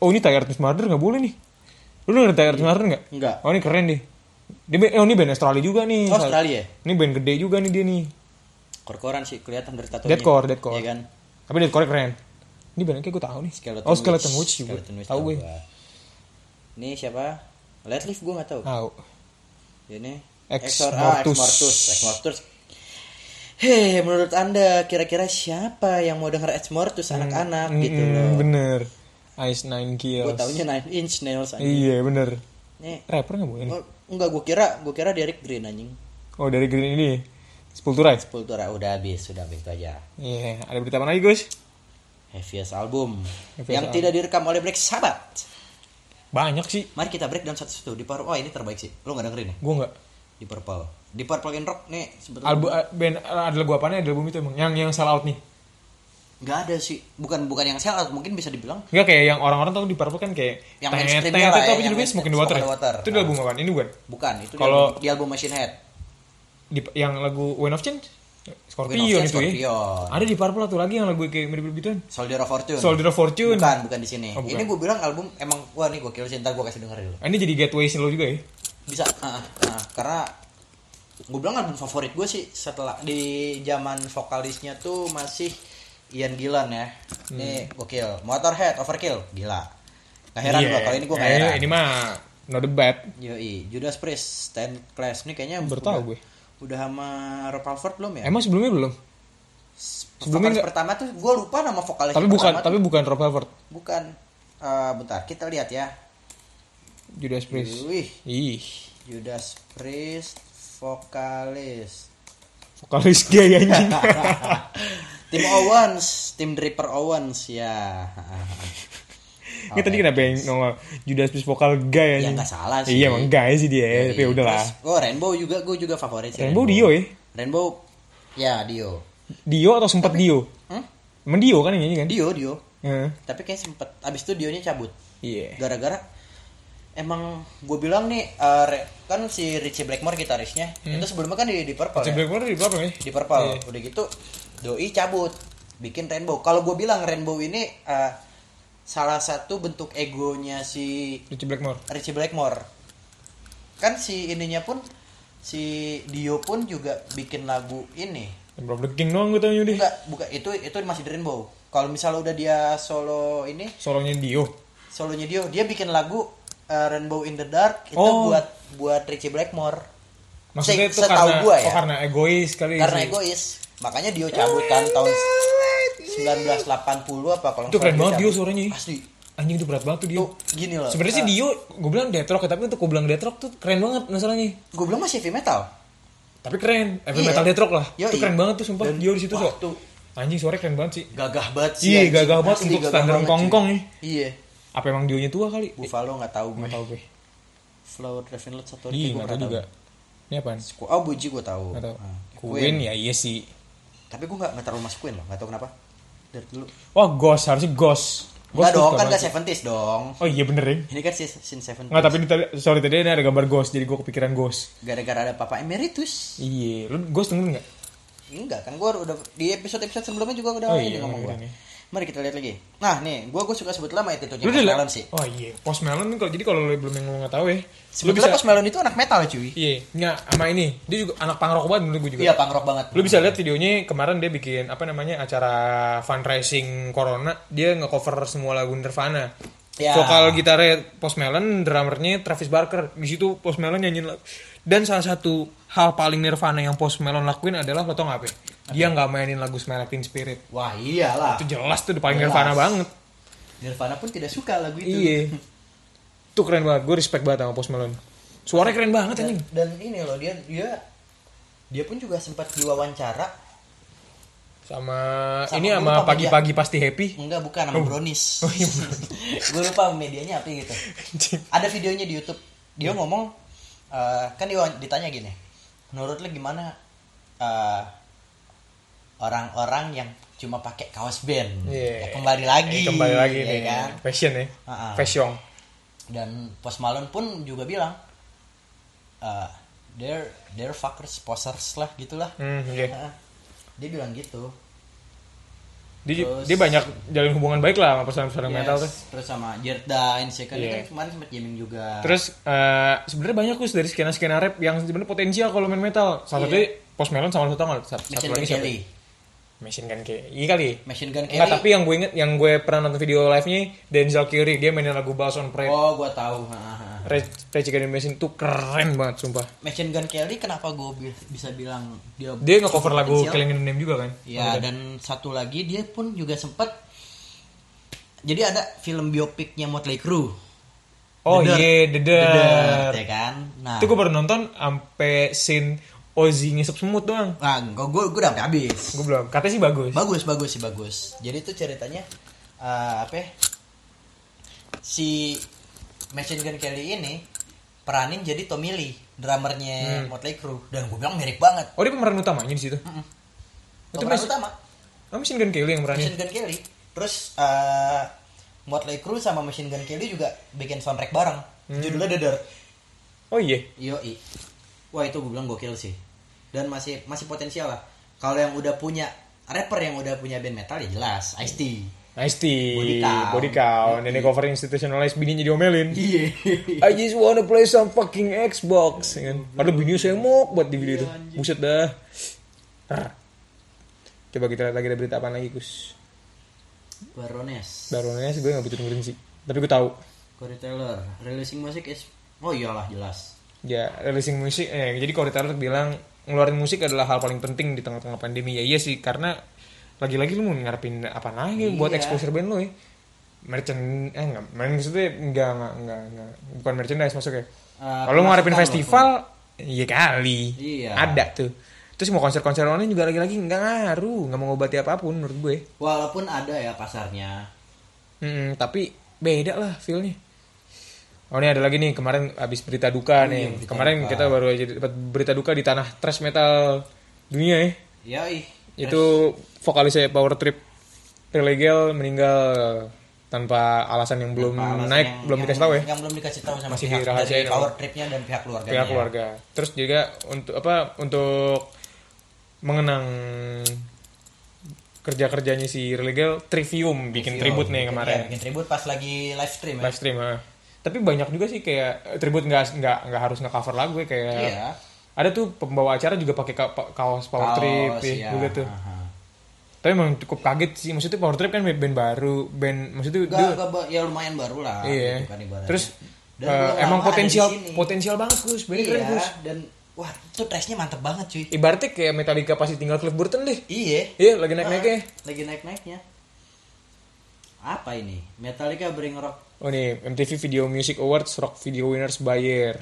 Oh ini Tiger Artist Murder nggak boleh nih. Lu denger Tiger Iya. Artist Murder nggak? Enggak. Oh ini keren deh. Dia, ba- oh ini band Australia juga nih. Oh, Australia. Ini band gede juga nih dia nih. Kor-koran sih kelihatan dari tatonya. Deadcore, deadcore. Iya kan? Tapi deadcore keren. Ini bandnya kayak gue tahu nih. Skeleton oh Skeleton Witch. Witch, juga. Skeleton Witch Tahu gue. gua. Ini siapa? Letliff gue gak tahu. Ya, Tahu. Ini Ah. Ex Exor ah, Ex Mortus. Mortus. Ex Mortus. Hei, menurut Anda kira-kira siapa yang mau denger Ex Mortus anak-anak gitu Mm, loh. Hmm, Bener. Ice Nine Gue Kills. taunya Nine Inch Nails anjing. Iya bener. Nih, Rapper nggak boleh nih. gua- enggak gue kira gue kira Derek Green anjing. Oh dari Green ini. Sepultura ya? Sepultura udah habis, sudah habis itu aja. Iya. Ada berita apa lagi guys? Heaviest album Heaviest yang album. tidak direkam oleh Black Sabbath. Banyak sih. Mari kita breakdown satu-satu di Purple. Oh, ini terbaik sih. Lo gak dengerin ya? Gue nggak. Di Purple. Di Purple in Rock nih sebetulnya Album eh, band adalah gue apanya ada ya? album itu emang yang yang sell out nih. nggak ada sih. Bukan bukan yang sell out, mungkin bisa dibilang Enggak kayak yang orang-orang tahu di Purple kan kayak tet- Yang mainstreamnya tet- tet- lah ya, apa yang judulnya? mainstream, Smoke in the Water. Smoke in the Water. Ah. Itu di album apaan? Ini bukan. bukan itu di Kalau- album- di album Machine Head. Di, yang lagu Wayne of Change Scorpion Wind of Change, itu ya. Scorpion. Ada di Purple satu lagi yang lagu kayak mirip-mirip itu. Soldier of Fortune. Soldier of Fortune. Bukan, bukan di sini. Oh, bukan. Ini gue bilang album emang wah nih gue kira sih ntar gue kasih denger dulu. Ah, Ini jadi gateway lo juga ya. Bisa. ah, ah, ah. karena gue bilang album favorit gue sih setelah di zaman vokalisnya tuh masih Ian Gillan ya. Hmm. Ini gokil. Motorhead, Overkill, gila. Gak heran Iya. gua kalau ini gue gak Eh, heran. Ini mah no debat. Yoi, Judas Priest, Stand Class ini kayaknya Baru udah- tahu gue. Udah sama Rob Halford belum ya? Emang sebelumnya belum? sebelumnya Vokalis nggak- pertama tuh gue lupa nama vokalis Tapi bukan pertama tapi bukan Rob Halford, Bukan. Eh, bentar, kita lihat ya. Judas Priest. Wih, Ih, Judas Priest vokalis. vokalis gay anjing. tim Owens, tim Draper Owens ya. Ini tadi kenapa yang nongol Judas Priest vokal gay Ya anjing? nggak salah sih. Iya emang gay sih dia, tapi ya udahlah. Terus, Oh, Rainbow juga gue juga favorit sih. Rainbow Dio ya? Rainbow ya Dio. Dio atau sempat Dio? Hmm? Emang Dio kan yang nyanyi kan? Dio Dio. Heeh. Tapi kayak sempet abis itu Dionya cabut. Iya. Gara-gara emang gue bilang nih eh, Re- kan si Richie Blackmore gitarisnya Hmm. itu sebelumnya kan di, di Purple. Si ya? Blackmore di berapa ya? di Purple. Udah gitu doi cabut, bikin Rainbow. Kalau gue bilang Rainbow ini eh, salah satu bentuk egonya si Richie Blackmore. Richie Blackmore. Kan si ininya pun si Dio pun juga bikin lagu ini. Yang Rob the King doang gue tau deh. Enggak, bukan itu itu masih di Rainbow. Kalau misalnya udah dia solo ini, Solonya Dio. solonya Dio, dia bikin lagu eh, Rainbow in the Dark itu Oh. buat buat Richie Blackmore. Maksudnya Se- itu setahu karena, gua ya. oh, karena egois kali karena sih. egois makanya Dio cabut kan tahun 1980 apa kalau Itu nggak salah keren banget cabut. Dio suaranya ya. asli Anjing itu berat banget tuh Dio. tuh gini loh Nah, Sebenarnya sih Dio, gue bilang death rock, ya, tapi untuk gue bilang death rock tuh keren banget masalahnya. gue bilang masih heavy metal Tapi keren, heavy Iya. metal death rock lah. Yoi. Itu keren banget tuh sumpah Dan Dio di situ wah, kok. tuh Anjing suaranya keren banget sih. gagah banget sih Iya, anjing. gagah banget Asli untuk gagah standar banget, Hongkong cuy. ya. iya Apa emang Dio nya tua kali? Eh, Buffalo nggak tahu gue Gak tau gue. Flower Driven Lot satu Ih, gue gak tau juga. Ini apaan? Ku- oh buji gue tahu Gak tau. Ah, Queen ya iya sih. tapi gue nggak nggak terlalu masuk Queen loh nggak tahu kenapa dari dulu Wah, Ghost harusnya Ghost. nggak Ghost tuh dong suka kan banget nggak sih. seventies dong Oh iya bener ya. ini kan sih sin seventies Nggak, tapi ini tadi, sorry tadi ini ada gambar Ghost, jadi gue kepikiran Ghost. gara-gara ada Papa Emeritus Iya, lu Ghost denger nggak? Enggak kan gue udah di episode episode sebelumnya juga udah Oh ini iya, ngomong gue. udah nih. Mari kita lihat lagi. Nah nih, gue gue suka sebetulnya sama attitude Lu Post udah- Malone sih. Oh iya, Post Malone nih kalau jadi kalau lu belum yang lu nggak tahu ya. Lu bisa Sebetulnya Post Malone itu anak metal cuy. Iya, nggak sama ini. Dia juga anak punk rock banget menurut gue juga. Iya, punk rock banget. Lu bisa lihat videonya kemarin dia bikin apa namanya acara fundraising corona, dia ngecover semua lagu Nirvana. Ya. Vokal gitarnya Post Malone, drummernya Travis Barker. Di situ Post Malone nyanyiin lagu. Dan salah satu hal paling Nirvana yang Post Malone lakuin adalah lo tau nggak apa? ya? Dia nggak mainin lagu Smells Like Teen Spirit. Wah iyalah. Itu jelas tuh udah paling Jelas. Nirvana banget. Nirvana pun tidak suka lagu itu. Iya. Itu keren banget. Gue respect banget sama Post Malone. Suaranya keren banget Dan, anjing. dan ini loh dia dia dia pun juga sempat diwawancara sama, Sama ini gua sama lupa pagi-pagi pasti happy Enggak bukan sama Oh. Bronis. iya, gue lupa medianya apa gitu. Ada videonya di YouTube. Dia Iya. ngomong eh, kan dia ditanya gini. Menurut lu gimana eh, orang-orang yang cuma pakai kaos band? Iya. Ya, kembali lagi. Eh, kembali lagi ya nih kan? fashion ya Ah, ah. fashion Dan Post Malone pun juga bilang eh they're they're fuckers posers lah gitulah. hmm, iya. Ah, Dia bilang gitu. dia, Terus- dia banyak jalin hubungan baik lah sama perusahaan-perusahaan Yes, metal tuh Terus sama Jerdine sih kan Dia Iya. kan kemarin sempat jamming juga. Terus eh, sebenarnya banyak kus dari skena-skena rap yang sebenarnya potensial kalau main metal. Salah satunya Post Malone sama satu tanggal satu, Iya. Machine satu Gun lagi siapa? Kelly. Machine Gun Kelly. Iya kali. Machine Gun Kelly. Enggak, tapi yang gue inget, yang gue pernah nonton video live-nya Denzel Curry, dia mainin lagu Balls on Parade. Oh, gua tahu. Ha, ha, ha. Rage Rage Against the Machine tuh keren banget sumpah. Machine Gun Kelly kenapa gua bi- bisa bilang dia Dia nge-cover lagu potensial? Killing in the Name juga kan? Ya, dan satu lagi dia pun juga sempat jadi ada film biopiknya Motley Crue. Oh The Dirt. iya, The The Dirt, Dirt. ya kan? Nah, Itu gue baru nonton sampai scene Ozzy ngisep semut doang. nah gua gua, gua udah sampai habis. Gue belum. Katanya sih bagus. bagus bagus sih bagus jadi itu ceritanya eh, apa ya? si Machine Gun Kelly ini peranin jadi Tommy Lee Hmm. drummernya Motley Crue dan gue bilang mirip banget Oh dia pemeran utamanya di situ. Itu pemeran Mas- utama Oh Machine Gun Kelly yang Machine perannya. Gun Kelly terus eh, Motley Crue sama Machine Gun Kelly juga bikin soundtrack bareng Hmm. judulnya The Dirt Oh iya. Yoi. Wah itu gue bilang gokil sih. Dan masih masih potensial lah. Kalau yang udah punya rapper yang udah punya band metal ya jelas Ice-T. Nice tea, Body count. body count, dan ini cover institutionalized, bininya diomelin. Iya. I just wanna play some fucking Xbox. Kan? Padahal bininya semok buat di video Iya, itu. Buset dah. Rrr. Coba kita lihat lagi ada berita apa lagi, Kus. Barones. Barunya sih gue gak butuh dengerin sih. Tapi gue tahu. Corey Taylor. Releasing music is Oh iyalah jelas. Ya, releasing musik. Eh, jadi Corey Taylor bilang ngeluarin musik adalah hal paling penting di tengah-tengah pandemi. Ya iya sih, karena lagi-lagi lu mau ngarepin apa lagi Iya. buat exposure band lu ya. Merchant, eh enggak, main maksudnya enggak, enggak, enggak, enggak. bukan merchandise masuknya. Eh, Kalau lu ngarepin pemasukan festival, iya kali, Iya. ada tuh. Terus mau konser-konser online juga lagi-lagi nggak ngaruh, nggak mau ngobati apapun menurut gue. Walaupun ada ya pasarnya. Mm-mm, tapi beda lah feelnya. Oh ini ada lagi nih kemarin abis berita duka nih. kemarin kita baru aja dapat berita duka di tanah thrash metal dunia ya. Yoi. Itu vokalisnya Power Trip Relegel meninggal tanpa alasan yang belum Alasan naik, yang- belum yang- dikasih tahu ya. Yang belum dikasih tahu sama Masih pihak dirahasiain dari sama- power tripnya dan pihak keluarganya. pihak keluarga. Terus juga untuk apa untuk mengenang kerja-kerjanya si Relegel Trivium bikin tribut nih kemarin. Iya, bikin tribut pas lagi live stream ya. live stream ah. tapi banyak juga sih kayak eh, tribute nggak nggak nggak harus nge-cover lagu ya, kayak Iya. ada tuh pembawa acara juga pakai ka- pa- kaos power Kaos, trip ya, iya. juga tuh Aha. tapi emang cukup kaget sih maksudnya power trip kan band baru band maksudnya Gak, dia- gak ba- ya lumayan baru lah. iya gitu kan ibaratnya. terus Dan eh, belum lama emang ada di potensial sini. potensial banget Gus band iya, keren Gus dan wah itu trashnya mantep banget cuy. ibaratnya kayak Metallica pasti tinggal Cliff Burton deh Iya. iya lagi naik naiknya Lagi naik naiknya. Apa ini? Metallica Bring Rock. oh nih MTV Video Music Awards Rock Video Winners Bayer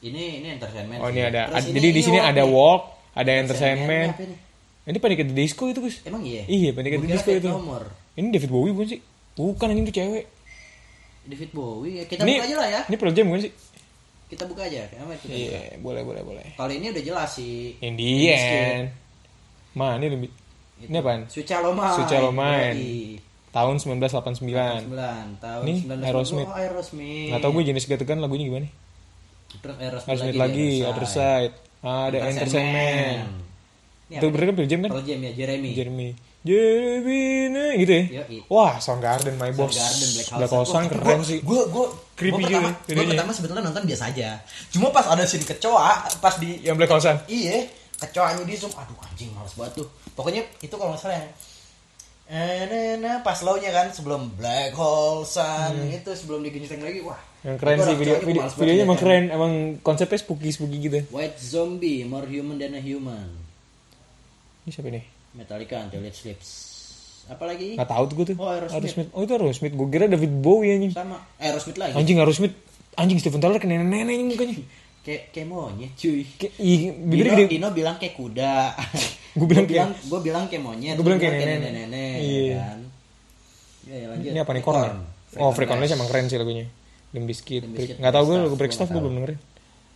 Ini ini entertainment. oh sih. ini ada Terus ad- jadi di sini walk ada nih. walk ada Entertainment-nya entertainment apa ini? Ini Panic at the Disco itu, Gus. Emang iya. Iya, Panic at the Gua kira Disco Fat itu. No More. Ini David Bowie bukan sih? Bukan, ini tuh cewek. David Bowie. Ya, Kita ini, buka aja lah ya. Ini Pearl Jam bukan sih? Kita buka aja. Kenapa kita? Iya, boleh, boleh, boleh. Kali ini udah jelas sih. In the end. Mana ini lebih? Ini apaan? Sucalomain. Sucalomain. Yoi. Tahun 1989. 9 tahun Nih, 1990. Iya. Aerosmith. Oh, Aerosmith. Nggak tau gue jenis ketekan lagunya gimana. Terus Aerosmith, ya, Harus lihat lagi, Other Side. Ah, Ada Entertainment. Ini Itu apa? berarti kan Pearl Jam kan? Pearl Jam ya, Jeremy. Jeremy. Jeremy, nah, gitu ya? Yoi. Wah, Soundgarden, My Boss. Garden, Black House. Black House-an keren sih. Gue gue Creepy pertama, juga ya gue videonya. pertama sebetulnya nonton biasa aja. Cuma pas ada scene kecoa, pas di Yang Black House-an. iya, kecoanya di zoom. Aduh anjing males banget tuh. Pokoknya itu kalau nggak salah yang eh, nah, nah, pas low-nya kan sebelum black hole sun itu sebelum digenjutkan lagi wah Hmm. Yang keren gua sih orang video, kecoanya video males banget ya. videonya emang ngeliatnya. keren, emang konsepnya spooky spooky gitu. White Zombie, More Human Than a Human. Ini siapa nih? Metallica Until It Sleeps. Apalagi? Nggak tahu tuh gue tuh. Oh, Aerosmith. Oh itu Aerosmith. Gue kira David Bowie anjing. Sama Eh, Aerosmith lagi. Anjing Aerosmith. Anjing Steven Tyler kena nenek anjing mukanya. kayak kayak monyet cuy Kayak- ih, bibir Dino, gede. Dino bilang kayak kuda Gua bilang Gua kayak- gua bilang kayak monyet Gua bilang lu kayak nenek. nenek nenek Iya. kan ya, ya, lanjut Ini apa nih Korn? Oh, Free Corn Lash emang keren sih lagunya. Limp Bizkit. Limp Break- Bizkit, Nggak tahu gue Break lagu Stuff, Break gua Stuff nggak gue belum dengerin.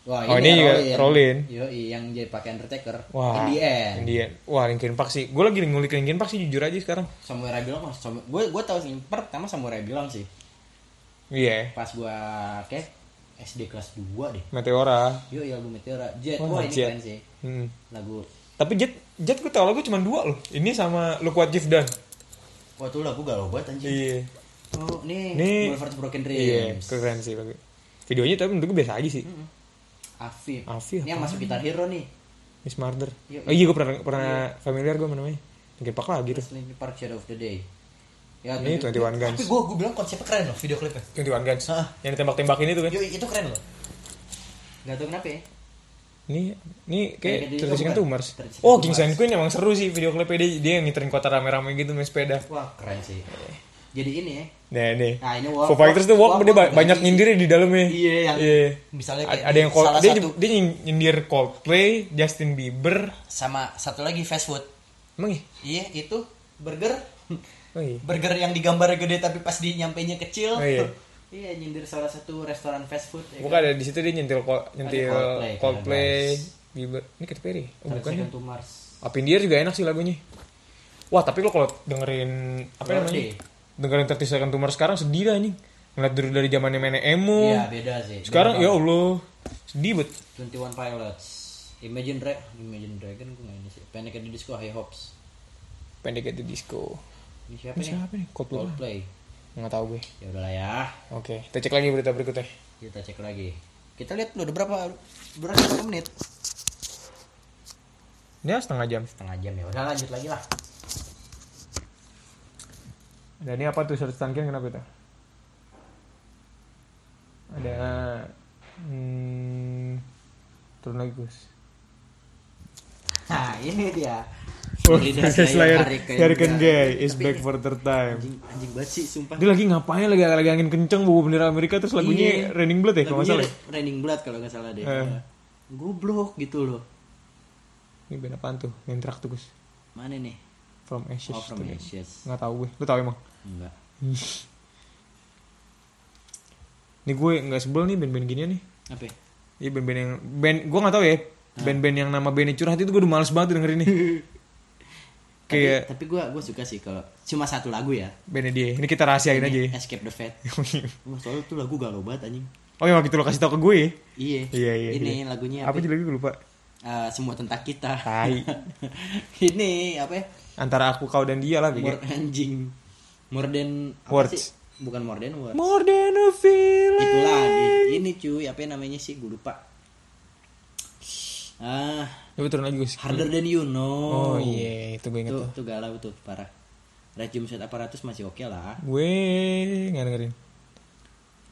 Wah, Oh, ini juga Rollin. Yoi, yang jadi pakai Undertaker. Wah. In the end. Indian. Wah, Linkin Park sih. Gue lagi ngulik Linkin Park sih jujur aja sekarang. Samurai bilang mas, gue gue tahu sih pertama Samurai bilang sih Iya. pas gue kayak SD kelas 2 deh. Meteora. Yoi lagu Meteora Jet, Wah, wah Oh, ini Jet. keren sih Hmm. lagu. Tapi Jet, Jet gue tau lagu cuma dua loh. Ini sama Look What You've Done. Wah tuh lagu galau banget anjir. Iya. Oh nih, Nih. Boulevard Broken Iya, Dreams. Hmm. keren sih lagu. Videonya tapi menurut gue biasa aja sih. Afif. Afif Ini yang masuk gitar hero nih. Miss Murder. Iya. Oh iya gue pernah pernah familiar gue sama namanya. Linkin Park lagi tuh. Terus ini Park Shadow of the Day. Ya, Ini tuh- 21 Guns. Tapi gue gue bilang konsepnya keren loh video klipnya. 21 Guns. Hah? Yang ditembak-tembak ini tuh kan. Yoi itu keren loh. Gak tau kenapa ya. Ini ini Kayak kayak di- kan? terus bukan. tuh Mars. 30 Oh, Seconds Kings and Queen emang seru sih video klipnya dia, dia ngiterin kota rame-rame gitu main sepeda. Wah keren sih. Jadi ini ya. Nah, nih. Nah ini walk. Foo Fighters tuh walk, dia ba- banyak nyindir di dalamnya. Iya, yang Iya. misalnya A- kayak ada yang Col- salah dia, satu- dia nyin- nyindir Coldplay, Justin Bieber. Sama satu lagi fast food. Emang iya? Iya itu burger. Oh iya. burger yang digambar gede tapi pas di nyampainya kecil. Oh, iya. Iya, nyindir salah satu restoran fast food. ya Bukan ada di situ dia nyentil Col- nyentil Coldplay, kan, Coldplay, Paradise. Bieber. Ini Katy Perry. Oh, Kan? bukan. ya? Bukan to Mars. Up in the Air juga enak sih lagunya. Wah, tapi lo kalau dengerin apa Lorde. namanya? Dengerin 30 Second to Mars sekarang sedih dah nih. Ngeliat dulu dari zamannya mana emo. Iya, beda sih. Oh. sekarang ya Beda Allah, sedih banget. banget. 21 Pilots. Imagine Dra Imagine Dragon gue nggak ini sih. Panic at the Disco High Hopes. Pendek di disco. Ini siapa Ini nih? siapa nih? Coldplay. Coldplay. Nggak tahu gue. Ya udahlah ya. Oke, kita cek lagi berita berikutnya. Kita cek lagi. Kita lihat lu udah berapa durasi satu menit. Ya setengah jam. Setengah jam ya. Udah lanjut lagi lah. Dan ini apa tuh Short Stankin kenapa itu? Ada hmm, turun lagi Gus. Nah, ini dia. Oh, Florida Slayer, Slayer, Hurricane Hurricane Guy. Guy is Tapi back ini- for third time. Anjing, anjing banget sih, sumpah. Dia lagi ngapain lagi lagi angin kenceng bawa bendera Amerika terus lagunya Iya. Raining Blood ya kalau nggak Lagunya salah. ya? Ra- Raining Blood kalau nggak salah deh. Iya. Eh. Goblok gitu loh. ya? Ini band apaan tuh? Yang terakhir tuh Gus. Mana nih? From Ashes. Oh, From tuh band. Ashes. Nggak tahu gue. Lu tahu emang? Enggak. Ini gue nggak sebel nih band-band gini nih. Apa? ya? Iya band-band yang band gue nggak tahu Ah. ya. Band-band yang nama bandnya curhat itu gue udah males banget dengerin nih. Kayak Tapi gue gue suka sih kalau cuma satu lagu ya. bandnya dia. Ini kita rahasiain aja ya. Escape the Fate. Wah, soalnya tuh lagu galau banget anjing. oh ya waktu itu lo kasih tau ke gue ya. Iya. Iya iya. Ini iya. lagunya apa apa? sih lagi gue lupa. Eh, semua tentang kita. Tai. ini apa ya? Antara aku kau dan dia lah. More More, anjing. More than apa Words. sih? Bukan more than words. More than a feeling. Itu lagi. Ini cuy, apa yang namanya sih? Gue lupa. Ah, Coba turun lagi Gus. harder than you Oh know. iya itu gue inget Tuh, tuh. tuh galau tuh parah. Radium set aparatus masih oke lah. Gue nggak dengerin.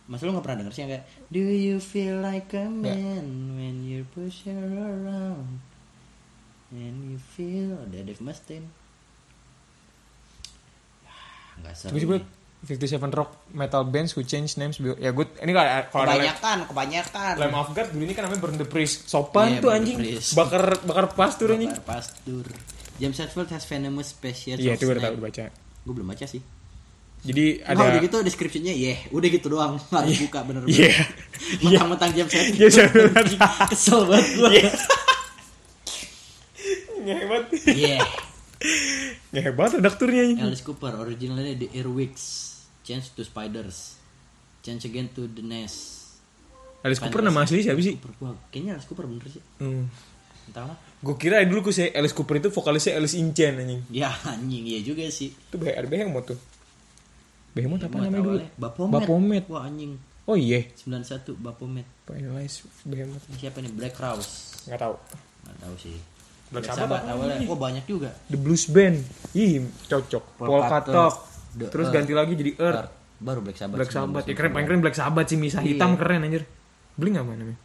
Mas lu gak pernah denger sih yang kayak Do you feel like a man when you push her around And you feel ada Dave Mustaine Ah, Gak seru Coba sih gue 57 nih. Rock Metal Bands Who Change Names Be- Ya gue Ini kalau kalau ada Lem- Kebanyakan, kebanyakan Lem of God Dulu ini kan namanya Burn the Priest Sopan Iya, tuh Burn the anjing Priest. Bakar bakar pastur anjing Bakar Pastur James Hetfield has venomous species Iya of itu gue udah snake. tau udah baca Gue belum baca sih Jadi Ada... udah ada gitu description-nya yeah. udah gitu doang harus buka bener-bener. Iya. Mentang-mentang James Iya, Hetfield. James Hetfield. Kesel banget gue. Nggak hebat Yeah. Nggak Ya, hebat redakturnya anjing Alice Cooper originally the Earwigs change to spiders change again to the nest Alice Cooper nama asli siapa sih? Cooper gua kayaknya Alice Cooper bener sih Hmm. entahlah Gue kira dulu gue Alice Cooper itu vokalisnya Alice Incen anjing ya anjing ya juga sih Itu BHR Behemoth tuh Behemoth apa namanya dulu? awalnya Bapomet. Bapomet. wah anjing Oh iya 91 Bapomet Finalize Behemoth Ini siapa nih Black Crowes Nggak tahu nggak tahu sih Black Sabbath Sabbath awalnya wah banyak juga The Blues Band. Ih, cocok. Paul Paul Katok. Katok. The Terus Earth. ganti lagi jadi Earth. baru Black Sabbath Black Sabbath. Iya. Ya keren, paling keren Black Sabbath sih misa hitam keren anjir. Beli nggak mana namanya?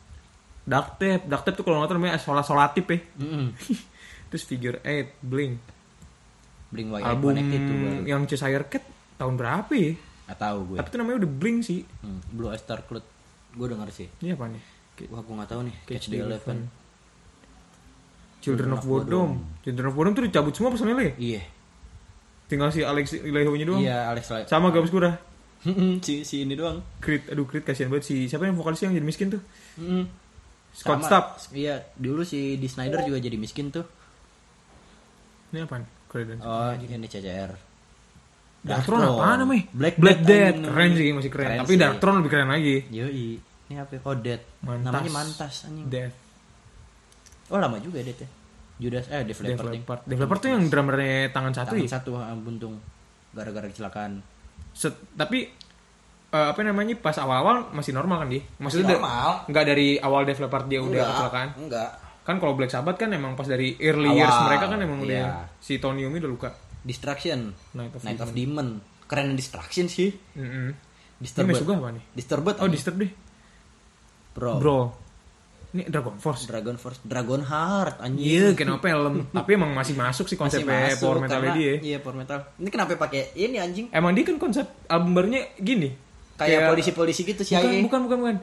Dark Tape. Dark Tape tuh kalau nggak tahu namanya solat solatif ya. Mm-mm. Terus Figure 8, Blink. Blink White Album Connected tuh baru yang Cheshire Cat tahun berapa ya? nggak tahu gue Tapi itu namanya udah Blink sih. Hmm, Blue Oyster Cult gue denger sih Ini apa nih? Wah, gue nggak tahu nih. Catch, Catch the the Eleven. Children of Bodom. Children of Bodom tuh dicabut semua personelnya. Iya. Tinggal si Alex Ilehonya doang. Iya, Alex Lai. Sama Gabus Kura. si si ini doang. Creed, aduh Creed kasihan banget si siapa yang vokalisnya yang jadi miskin tuh? Mm. Scott Sama- Stapp. Iya, dulu si di Snyder juga jadi miskin tuh. Ini apaan? Creed. Oh, ini CCR. Darktron Darktron. apaan namanya? Black Black Death. Death, anjing. Keren sih masih keren. Keren Tapi sih. Darktron lebih keren lagi. Yoi. Ini apa? ya? Oh, Dead. Mantas. Namanya Mantas anjing. Death. Oh, lama juga Dead ya. Judas eh Def Death Leppard. Leppard. Death Leppard tuh yang drummernya tangan satu Tangan ya. satu ah, buntung gara-gara kecelakaan. Set- tapi eh, apa namanya pas awal-awal masih normal kan dia? Maksudnya da- normal. nggak dari awal Def Leppard Ya dia udah Enggak, kecelakaan. Enggak. Kan kalau Black Sabbath kan emang pas dari early Awal, years mereka kan emang udah iya. si Tony Iommi udah luka. Distraction. Night of Demon. Keren distraction sih. Mm-mm. Ini Disturbed. Mesuga apa nih? Disturbed. Oh anjing. Disturbed deh. Bro. Bro. Ini Dragon Force. Dragon Force, Dragon Heart Iya, anjing. kenapa helm? Tapi emang masih masuk sih Masih konsepnya masuk, power metal karena- dia. Iya, power metal. Ini kenapa pakai ini anjing? Emang dia kan konsep album barunya gini. Kayak polisi-polisi gitu sih Bukan, Aye. bukan, bukan, bukan.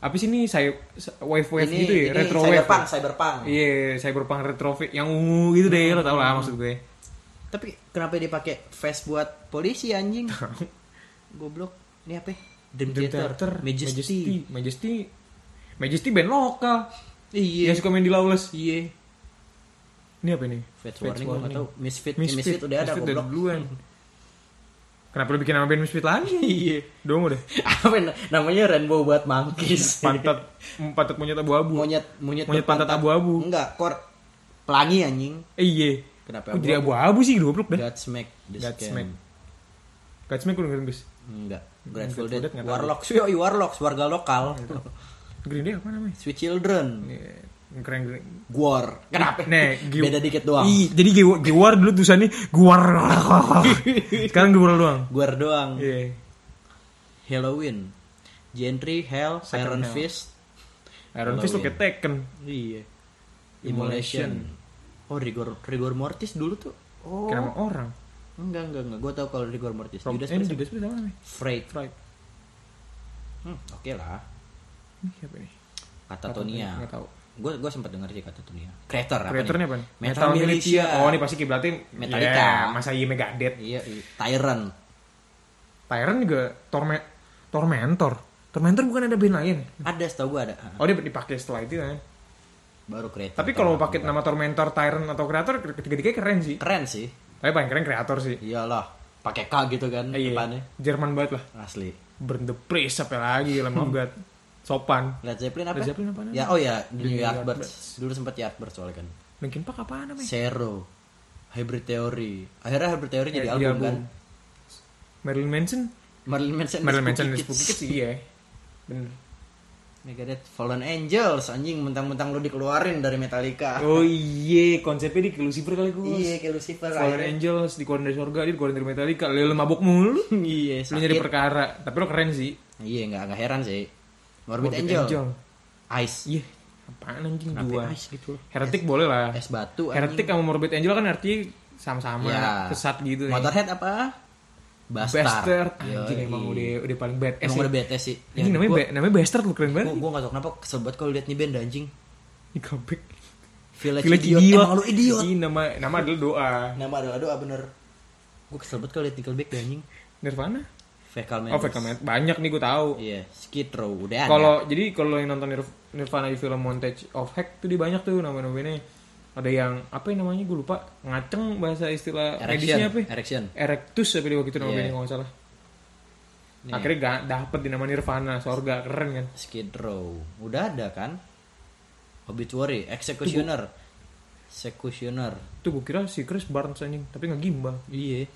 Apa sih ini saya wave wave Ini, gitu ya, ini retro wave. cyberpunk, cyberpunk. Iya, cyberpunk retro wave yang ungu gitu deh, lo tau lah maksud gue. Tapi kenapa dia pakai face buat polisi anjing? Goblok. Ini apa? ya? Dream, Dream Theater, Theater, Majesty. Majesty, Majesty, Majesty band lokal. Iya. Yang suka main di Lawless. Iya. Ini apa ini? Fate Warning, gue gak tau. Misfit, Misfit, Misfit, udah ada Misfit goblok. duluan. Kenapa lu bikin nama band Misfit lagi? Iya. Dong udah. Apa na- namanya Rainbow buat monkeys. Pantat pantat monyet abu-abu. monyet monyet, Monyet pantat abu-abu. Enggak, kor pelangi anjing. Eh, Iya. Kenapa Kok jadi abu-abu sih goblok dah. Godsmack the Godsmack. Scam. Godsmack udah dengerin guys. Enggak. Grateful Grateful Dead. Dead nggak tahu. Iya, gitu. Warlocks. Yoi, Warlocks. Warga lokal. Green Day apa namanya? Sweet Children. Iya, Keren keren. Guar. Kenapa? Nah, Gu- Beda dikit doang. Ih, jadi Gewar, Gewar dulu tulisannya Guar. Sekarang Gewar doang. Guar doang. Iya. Halloween. Gentry, Hell, Second Iron Hell. Fist. Iron Fist lo kayak Tekken. Iya. Immolation. Oh, rigor rigor mortis dulu tuh. Oh, Kayak nama orang. enggak enggak enggak. Gua tahu kalau rigor mortis. Rob, Judas eh, Priest. Judas Priest apa namanya? Freight. Fright. Hmm, oke lah. Ini siapa ini? Katatonia. Nggak tahu. Gue gue sempat denger sih Katatonia. Creator apa Kreatornya nih? apa? nih? Metal, Militia. Oh, ini pasti kiblatnya Metallica. Ya, masa iya Megadeth. Iya, iya. Tyrant. Tyrant juga Torme- Tormentor. Tormentor bukan ada band lain. Ada setahu gue ada. Ah, Oh, dia dipakai setelah itu kan. Baru Creator. Tapi kalau pakai nama Tormentor, Tyrant atau Creator ketiga-tiganya keren sih. keren sih. Tapi paling keren Creator sih. Iyalah, pakai K gitu kan Eh, depannya. Iya. Jerman banget lah. Asli. Burn the Priest apa lagi Lamb Hmm. of God. Sopan. Led Zeppelin apa? Led Zeppelin apa namanya? Ya, oh ya, The New New Yardbirds. Dulu sempat Yardbirds soalnya kan. Linkin Park apaan namanya? Zero. Hybrid Theory. Akhirnya Hybrid Theory jadi Ya, album, di album. kan. Marilyn Manson? Marilyn Manson. Marilyn Manson dan Spooky Kids. Spooky Kids iya. Bener. Megadeth Fallen Angels anjing mentang-mentang lu dikeluarin dari Metallica. Oh iya, konsepnya di ke Lucifer kali gue. Iya, kayak Lucifer. Fallen akhirnya. Angels dikeluarin dari surga, dia dikeluarin dari Metallica. Lu lu mabok mulu. Iya, Lu nyari sakit. perkara, tapi lo keren sih. Iya, enggak enggak heran sih. Morbid, Morbid Angel. Angel. Ice. Iya. Apaan anjing Kenapa dua? Ice gitu loh? Heretic boleh lah. Es batu Iya. Heretic sama Morbid Angel kan artinya sama-sama sesat gitu nih. Motorhead apa? Iya. Bastard. Bastard. Yoi. Anjing emang udah udah paling bad Emang udah bete sih. Ya, Anjing namanya ba- namanya Bastard lu keren banget. Gue gak tau kenapa kesel banget kalau liat nih band anjing. Ini comeback. Village, Village Oh. idiot. idiot. Iya. Emang lu idiot. Ini nama nama adalah doa. Nama adalah doa bener. Gue kesel banget kalau liat Nickelback deh, anjing. Nirvana? Fecal Man. Oh, Venom. Banyak nih gue tahu. Iya, Skid Row udah ada. Kalau jadi kalau yang nonton Nirv- Nirvana di film Montage of Heck tuh dia banyak tuh nama-nama ini. Ada yang apa yang namanya gue lupa ngaceng bahasa istilah Erection. medisnya apa? ya? Erection. Erectus apa dia waktu itu nama Iya. bandnya kalau nggak salah. Akhirnya gak dapet di nama Nirvana, sorga keren kan. Skid Row udah ada kan? Obituary, Executioner. Executioner. Tuh gue kira si Chris Barnes anjing, tapi nggak gimbal. Iya.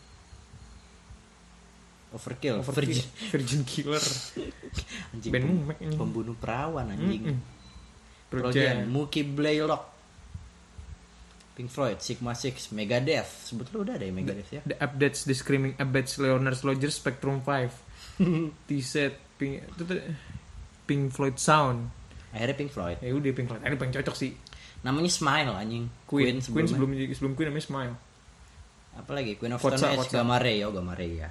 Overkill. Virgin, Virgin. Virgin Killer, Anjing. Ben pem- Mumek ini. Pembunuh perawan anjing. Pearl Project, Jam, Mookie Blaylock. Pink Floyd, Sigma Six, Megadeth. Sebetulnya udah ada ya Megadeth ya. The Updates, The Screaming Updates, Leonard's Lodger, Spectrum 5, T-Set, Pink, itu tuh, Pink Floyd Sound. Akhirnya Pink Floyd. Ya udah Pink Floyd, ini paling cocok sih. Namanya Smile anjing. Queen, Queen sebelumnya. sebelum sebelum Queen namanya Smile. Apa lagi? Queen of What's Stone up, Age, what's up? Gamma Ray. Oh, Gamma Ray ya.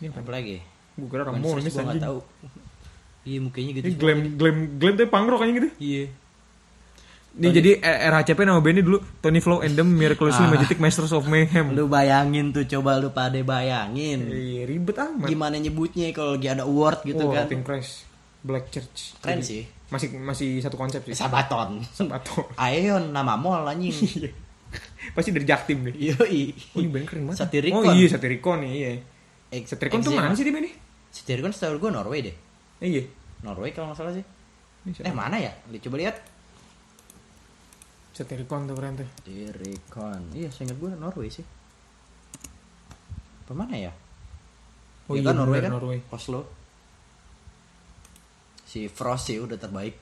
Ini apa? Apa lagi? Gue kira Monsters Ramones gua nggak anjing. tahu. Iya mukanya gitu. Ini glam glam glam tapi punk rock anjing gitu. eh, Iya. Nih jadi R- RHCP nama bandnya dulu Tony Flow and the Ah. Miraculously Majestic Masters of Mayhem. Lu bayangin tuh coba lu pada bayangin. Iya, ribet amat. Gimana nyebutnya kalau lagi ada award gitu oh, kan. Latin Crash, Black Church. Keren Jadi, sih. Masih masih satu konsep sih. Sabaton. Sabato. Aeon nama mall anjing. Iya. Pasti dari Jaktim deh. Yoi. Oh, ini band keren banget. Satiricon. Oh iya, Satiricon nih, iya. Ex- Satiricon tuh mana Eczema. sih dia ini? Satiricon setahu gue Norway deh. Eh, iya. Norway kalau nggak salah sih. Ini Eh siapa? mana ya? Li- Coba lihat. Satiricon tuh keren tuh. Satiricon. Iya, seingat gue Norway sih. Apa mana ya? Oh Ya iya, kan Norway bener, kan? Norway. Oslo. Si Frost sih udah terbaik.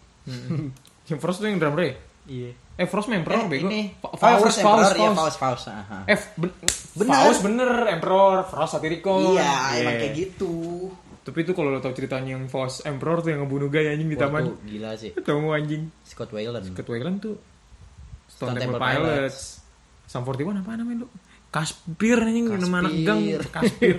Yang Frost tuh yang drummer ya? Iya. Eh, Frost mah Emperor bego. ini. eh, Fa- Oh, Faust, Frost Faust, Emperor, iya, Faust. Paus paus. Aha. Eh, ben- Bener. Faust bener, Emperor, Frost Satiricon. Iya, emang Iya. kayak gitu. Tapi itu kalau lo tau ceritanya yang Faust Emperor tuh yang ngebunuh gay anjing di Wah, taman. tuh gila sih. Ketemu anjing. Scott Weiland. Ke Thailand tuh Stone, Stone Temple, Temple Pilots. Sam 41 apa namanya lu? Kaspir anjing nama anak gang Kaspir. Kaspir.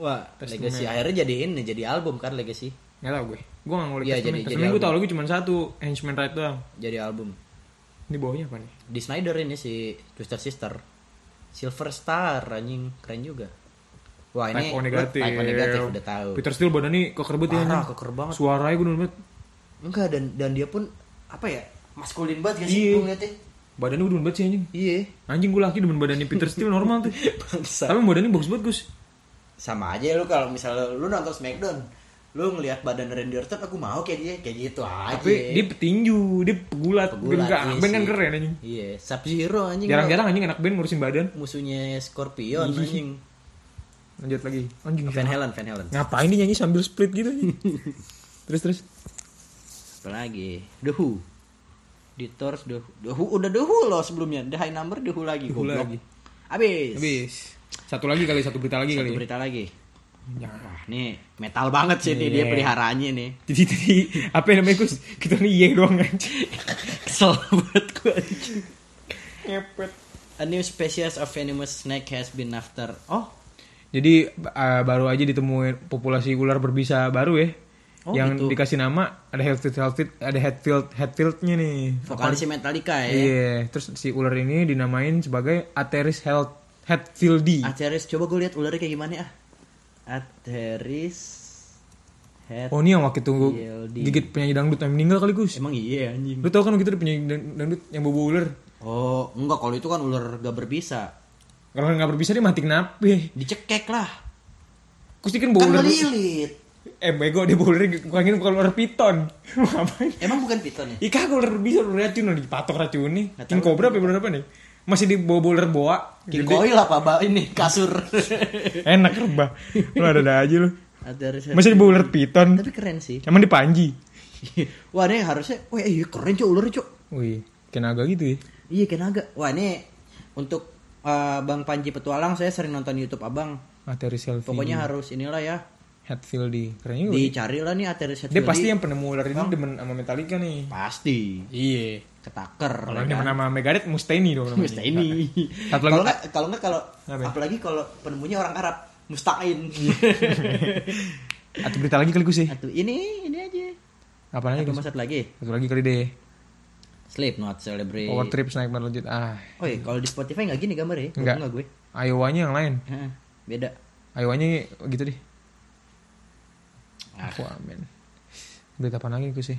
Wah, Testament. Legacy akhirnya jadi ini, jadi album kan Legacy. Enggak tau gue. Gue gak ngulik Iya, Testament. jadi- jadi Testament gue album. tau lagi cuma satu, Henchman Right doang. Jadi album. Ini bawahnya apa nih? Di Snyder ini si Twister Sister. Silver Star anjing keren juga. Wah, ini Type O negatif. Type O negatif udah tahu. Peter Steele badannya keker banget ya. Parah, anjing. keker banget. Suaranya gue nurut. Enggak dan dan dia pun Apa ya? Maskulin banget gak sih? Iya. Gue ngeliatnya. Badannya gue banget sih anjing. iya Anjing gue laki demen badannya Peter Steele normal tuh. bangsa. Tapi badannya bagus banget Gus. Sama aja lu kalau misalnya lu nonton Smackdown, lu ngelihat badan Randy Orton aku mau kayak dia kayak gitu aja. Tapi dia petinju, dia pegulat. Pegulat, Enggak, iya band kan sih. keren anjing. Iya, Sub Zero anjing. Jarang-jarang anjing anak band ngurusin badan. musuhnya Iya. Scorpion anjing. Lanjut lagi. Anjing. Van Halen, Van Halen. Ngapain dia nyanyi sambil split gitu? terus terus. Apa lagi? The Who. Di Tours The, Who- The Who udah The Who loh sebelumnya. The High Number The Who lagi. Who goblok. lagi. Abis. Habis. Iya. Satu lagi kali satu berita lagi Satu kali. berita lagi. Ya. Wah, nih metal banget sih nih dia Iya. peliharaannya nih. Jadi tadi apa yang namanya Gus? Kita nih iya doang anjing. Kesel banget gue. anjing. Ngepet. A new species of venomous snake has been after. Oh, Jadi eh, baru aja ditemuin populasi ular berbisa baru ya. Oh, yang gitu. dikasih nama ada Hatfield Hatfield ada Hatfield Hatfieldnya nih. vokalis Metallica Iya, ya. terus si ular ini dinamain sebagai Ateris Health Hatfieldi. Ateris, coba gue lihat ularnya kayak gimana ah. Ateris head. Oh ini yang waktu itu Hatfieldi. gigit penyanyi dangdut yang meninggal kali Gus. Emang iya anjing. Lu tau kan begitu ada penyanyi dan- dangdut yang bobo ular. Oh, enggak kalau itu kan ular gak berbisa. Kalau nggak berbisa dia mati kenapa? Dicekek lah. Kusti kan bobo kan ular. ngelilit. Eh bego dia bobo ular kurangin bukan ular piton. Mau Ngapain? Emang bukan piton ya? Ih kagak ular berbisa ular racun ular dipatok racun nih. Nggak King tahu. cobra apa ular apa nih? Masih di bobo ular boa. King Gede. Koil apa ba- ini kasur. Enak rebah. Lu ada ada aja lu. Ateris head. Masih di bobo ular piton. Tapi keren sih. Cuman di panji. Wah, ini harusnya wah iya keren cok ular cok. Wih, kena agak gitu ya. Iya Kenaga. Wah ini untuk eh, Bang Panji Petualang saya sering nonton YouTube Abang. Ateri selfie. Pokoknya harus inilah ya Hatfieldi. Keren juga. ya. dicarilah nih Ateris Dia pasti yang penemu ular ini demen sama Metallica nih. pasti Iya. ketaker. Kalau ya yang demen kan? sama Megadeth Mustaine dong namanya. Mustaine. Satu lagi- Kalau nggak kalau nggak kalau Apa ya? apalagi kalau penemunya orang Arab Mustain. Atau berita lagi kali gue sih. Atau ini ini aja. Apa lagi? Atau Gus? satu lagi. Satu lagi kali deh. Sleep not celebrate. Power Trips naik berlanjut. Ah, Oh iya, kalau di Spotify nggak gini gambar ya? enggak. Nggak gue. Ayowanya yang lain. Heeh, Beda. Ayowanya gitu deh. Ah. Wah, men. Berita apa lagi gue sih?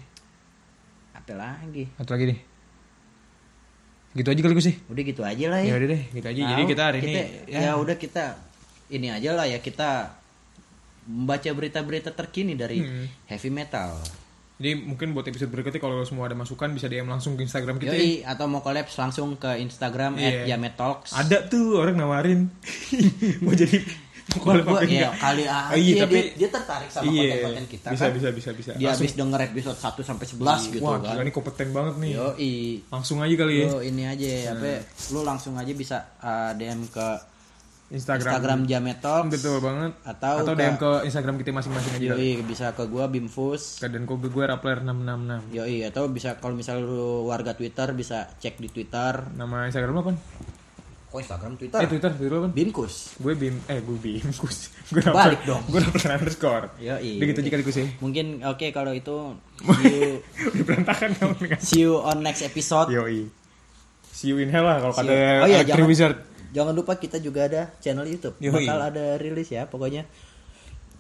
Apa lagi? Satu lagi deh. Gitu aja kali gue sih. Udah gitu aja lah Ya ya. udah deh, gitu aja. Jadi Tahu, kita hari ini ya. udah kita ini aja lah ya kita membaca berita-berita terkini dari Hmm. heavy metal. Jadi mungkin buat episode berikutnya kalau semua ada masukan bisa DM langsung ke Instagram kita. ya. Yoi, atau mau collabs langsung ke Instagram Iya. @yametalks. Ada tuh orang nawarin. Mau jadi Gua- pokoknya gua- ya kali aja iya, tapi Iya, dia, dia tertarik sama konten-konten kita bisa, kan. bisa bisa bisa Dia habis denger episode 1 sampai 11 gitu Wah, kan. gila ini kompeten banget nih. Yoi. Langsung aja kali ya. Lu ini aja apa lu langsung aja bisa uh, DM ke Instagram. Instagram Jametalks Betul gitu, banget. Atau Atau ke- DM ke Instagram kita masing-masing aja. Yoi, bisa ke gua Bimfus. Ke dan kobe gue Rappler 666. Yoi, atau bisa kalau misalnya lu warga Twitter bisa cek di Twitter Nama Instagram lu apa? Kok Oh, Instagram, Twitter? Eh Twitter Twitter lu apa? Bimkus. Gue bim eh gue bimkus. Gue Balik dong. Gue dapet underscore. Yo, iya. Begitu jika dikus ya. Mungkin oke kalau itu see you, Udah berantakan kamu nih. see you on next episode. Yoi. See you in hell lah kalau See kata you. Oh iya, Electric jangan- Wizard. Jangan lupa kita juga ada channel YouTube. Yoi. Bakal ada rilis ya pokoknya.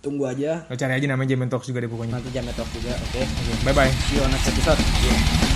Tunggu aja Lo cari aja namanya Jamin Talks juga deh pokoknya. nanti jam talk juga. Oke. Bye bye. See you on next episode.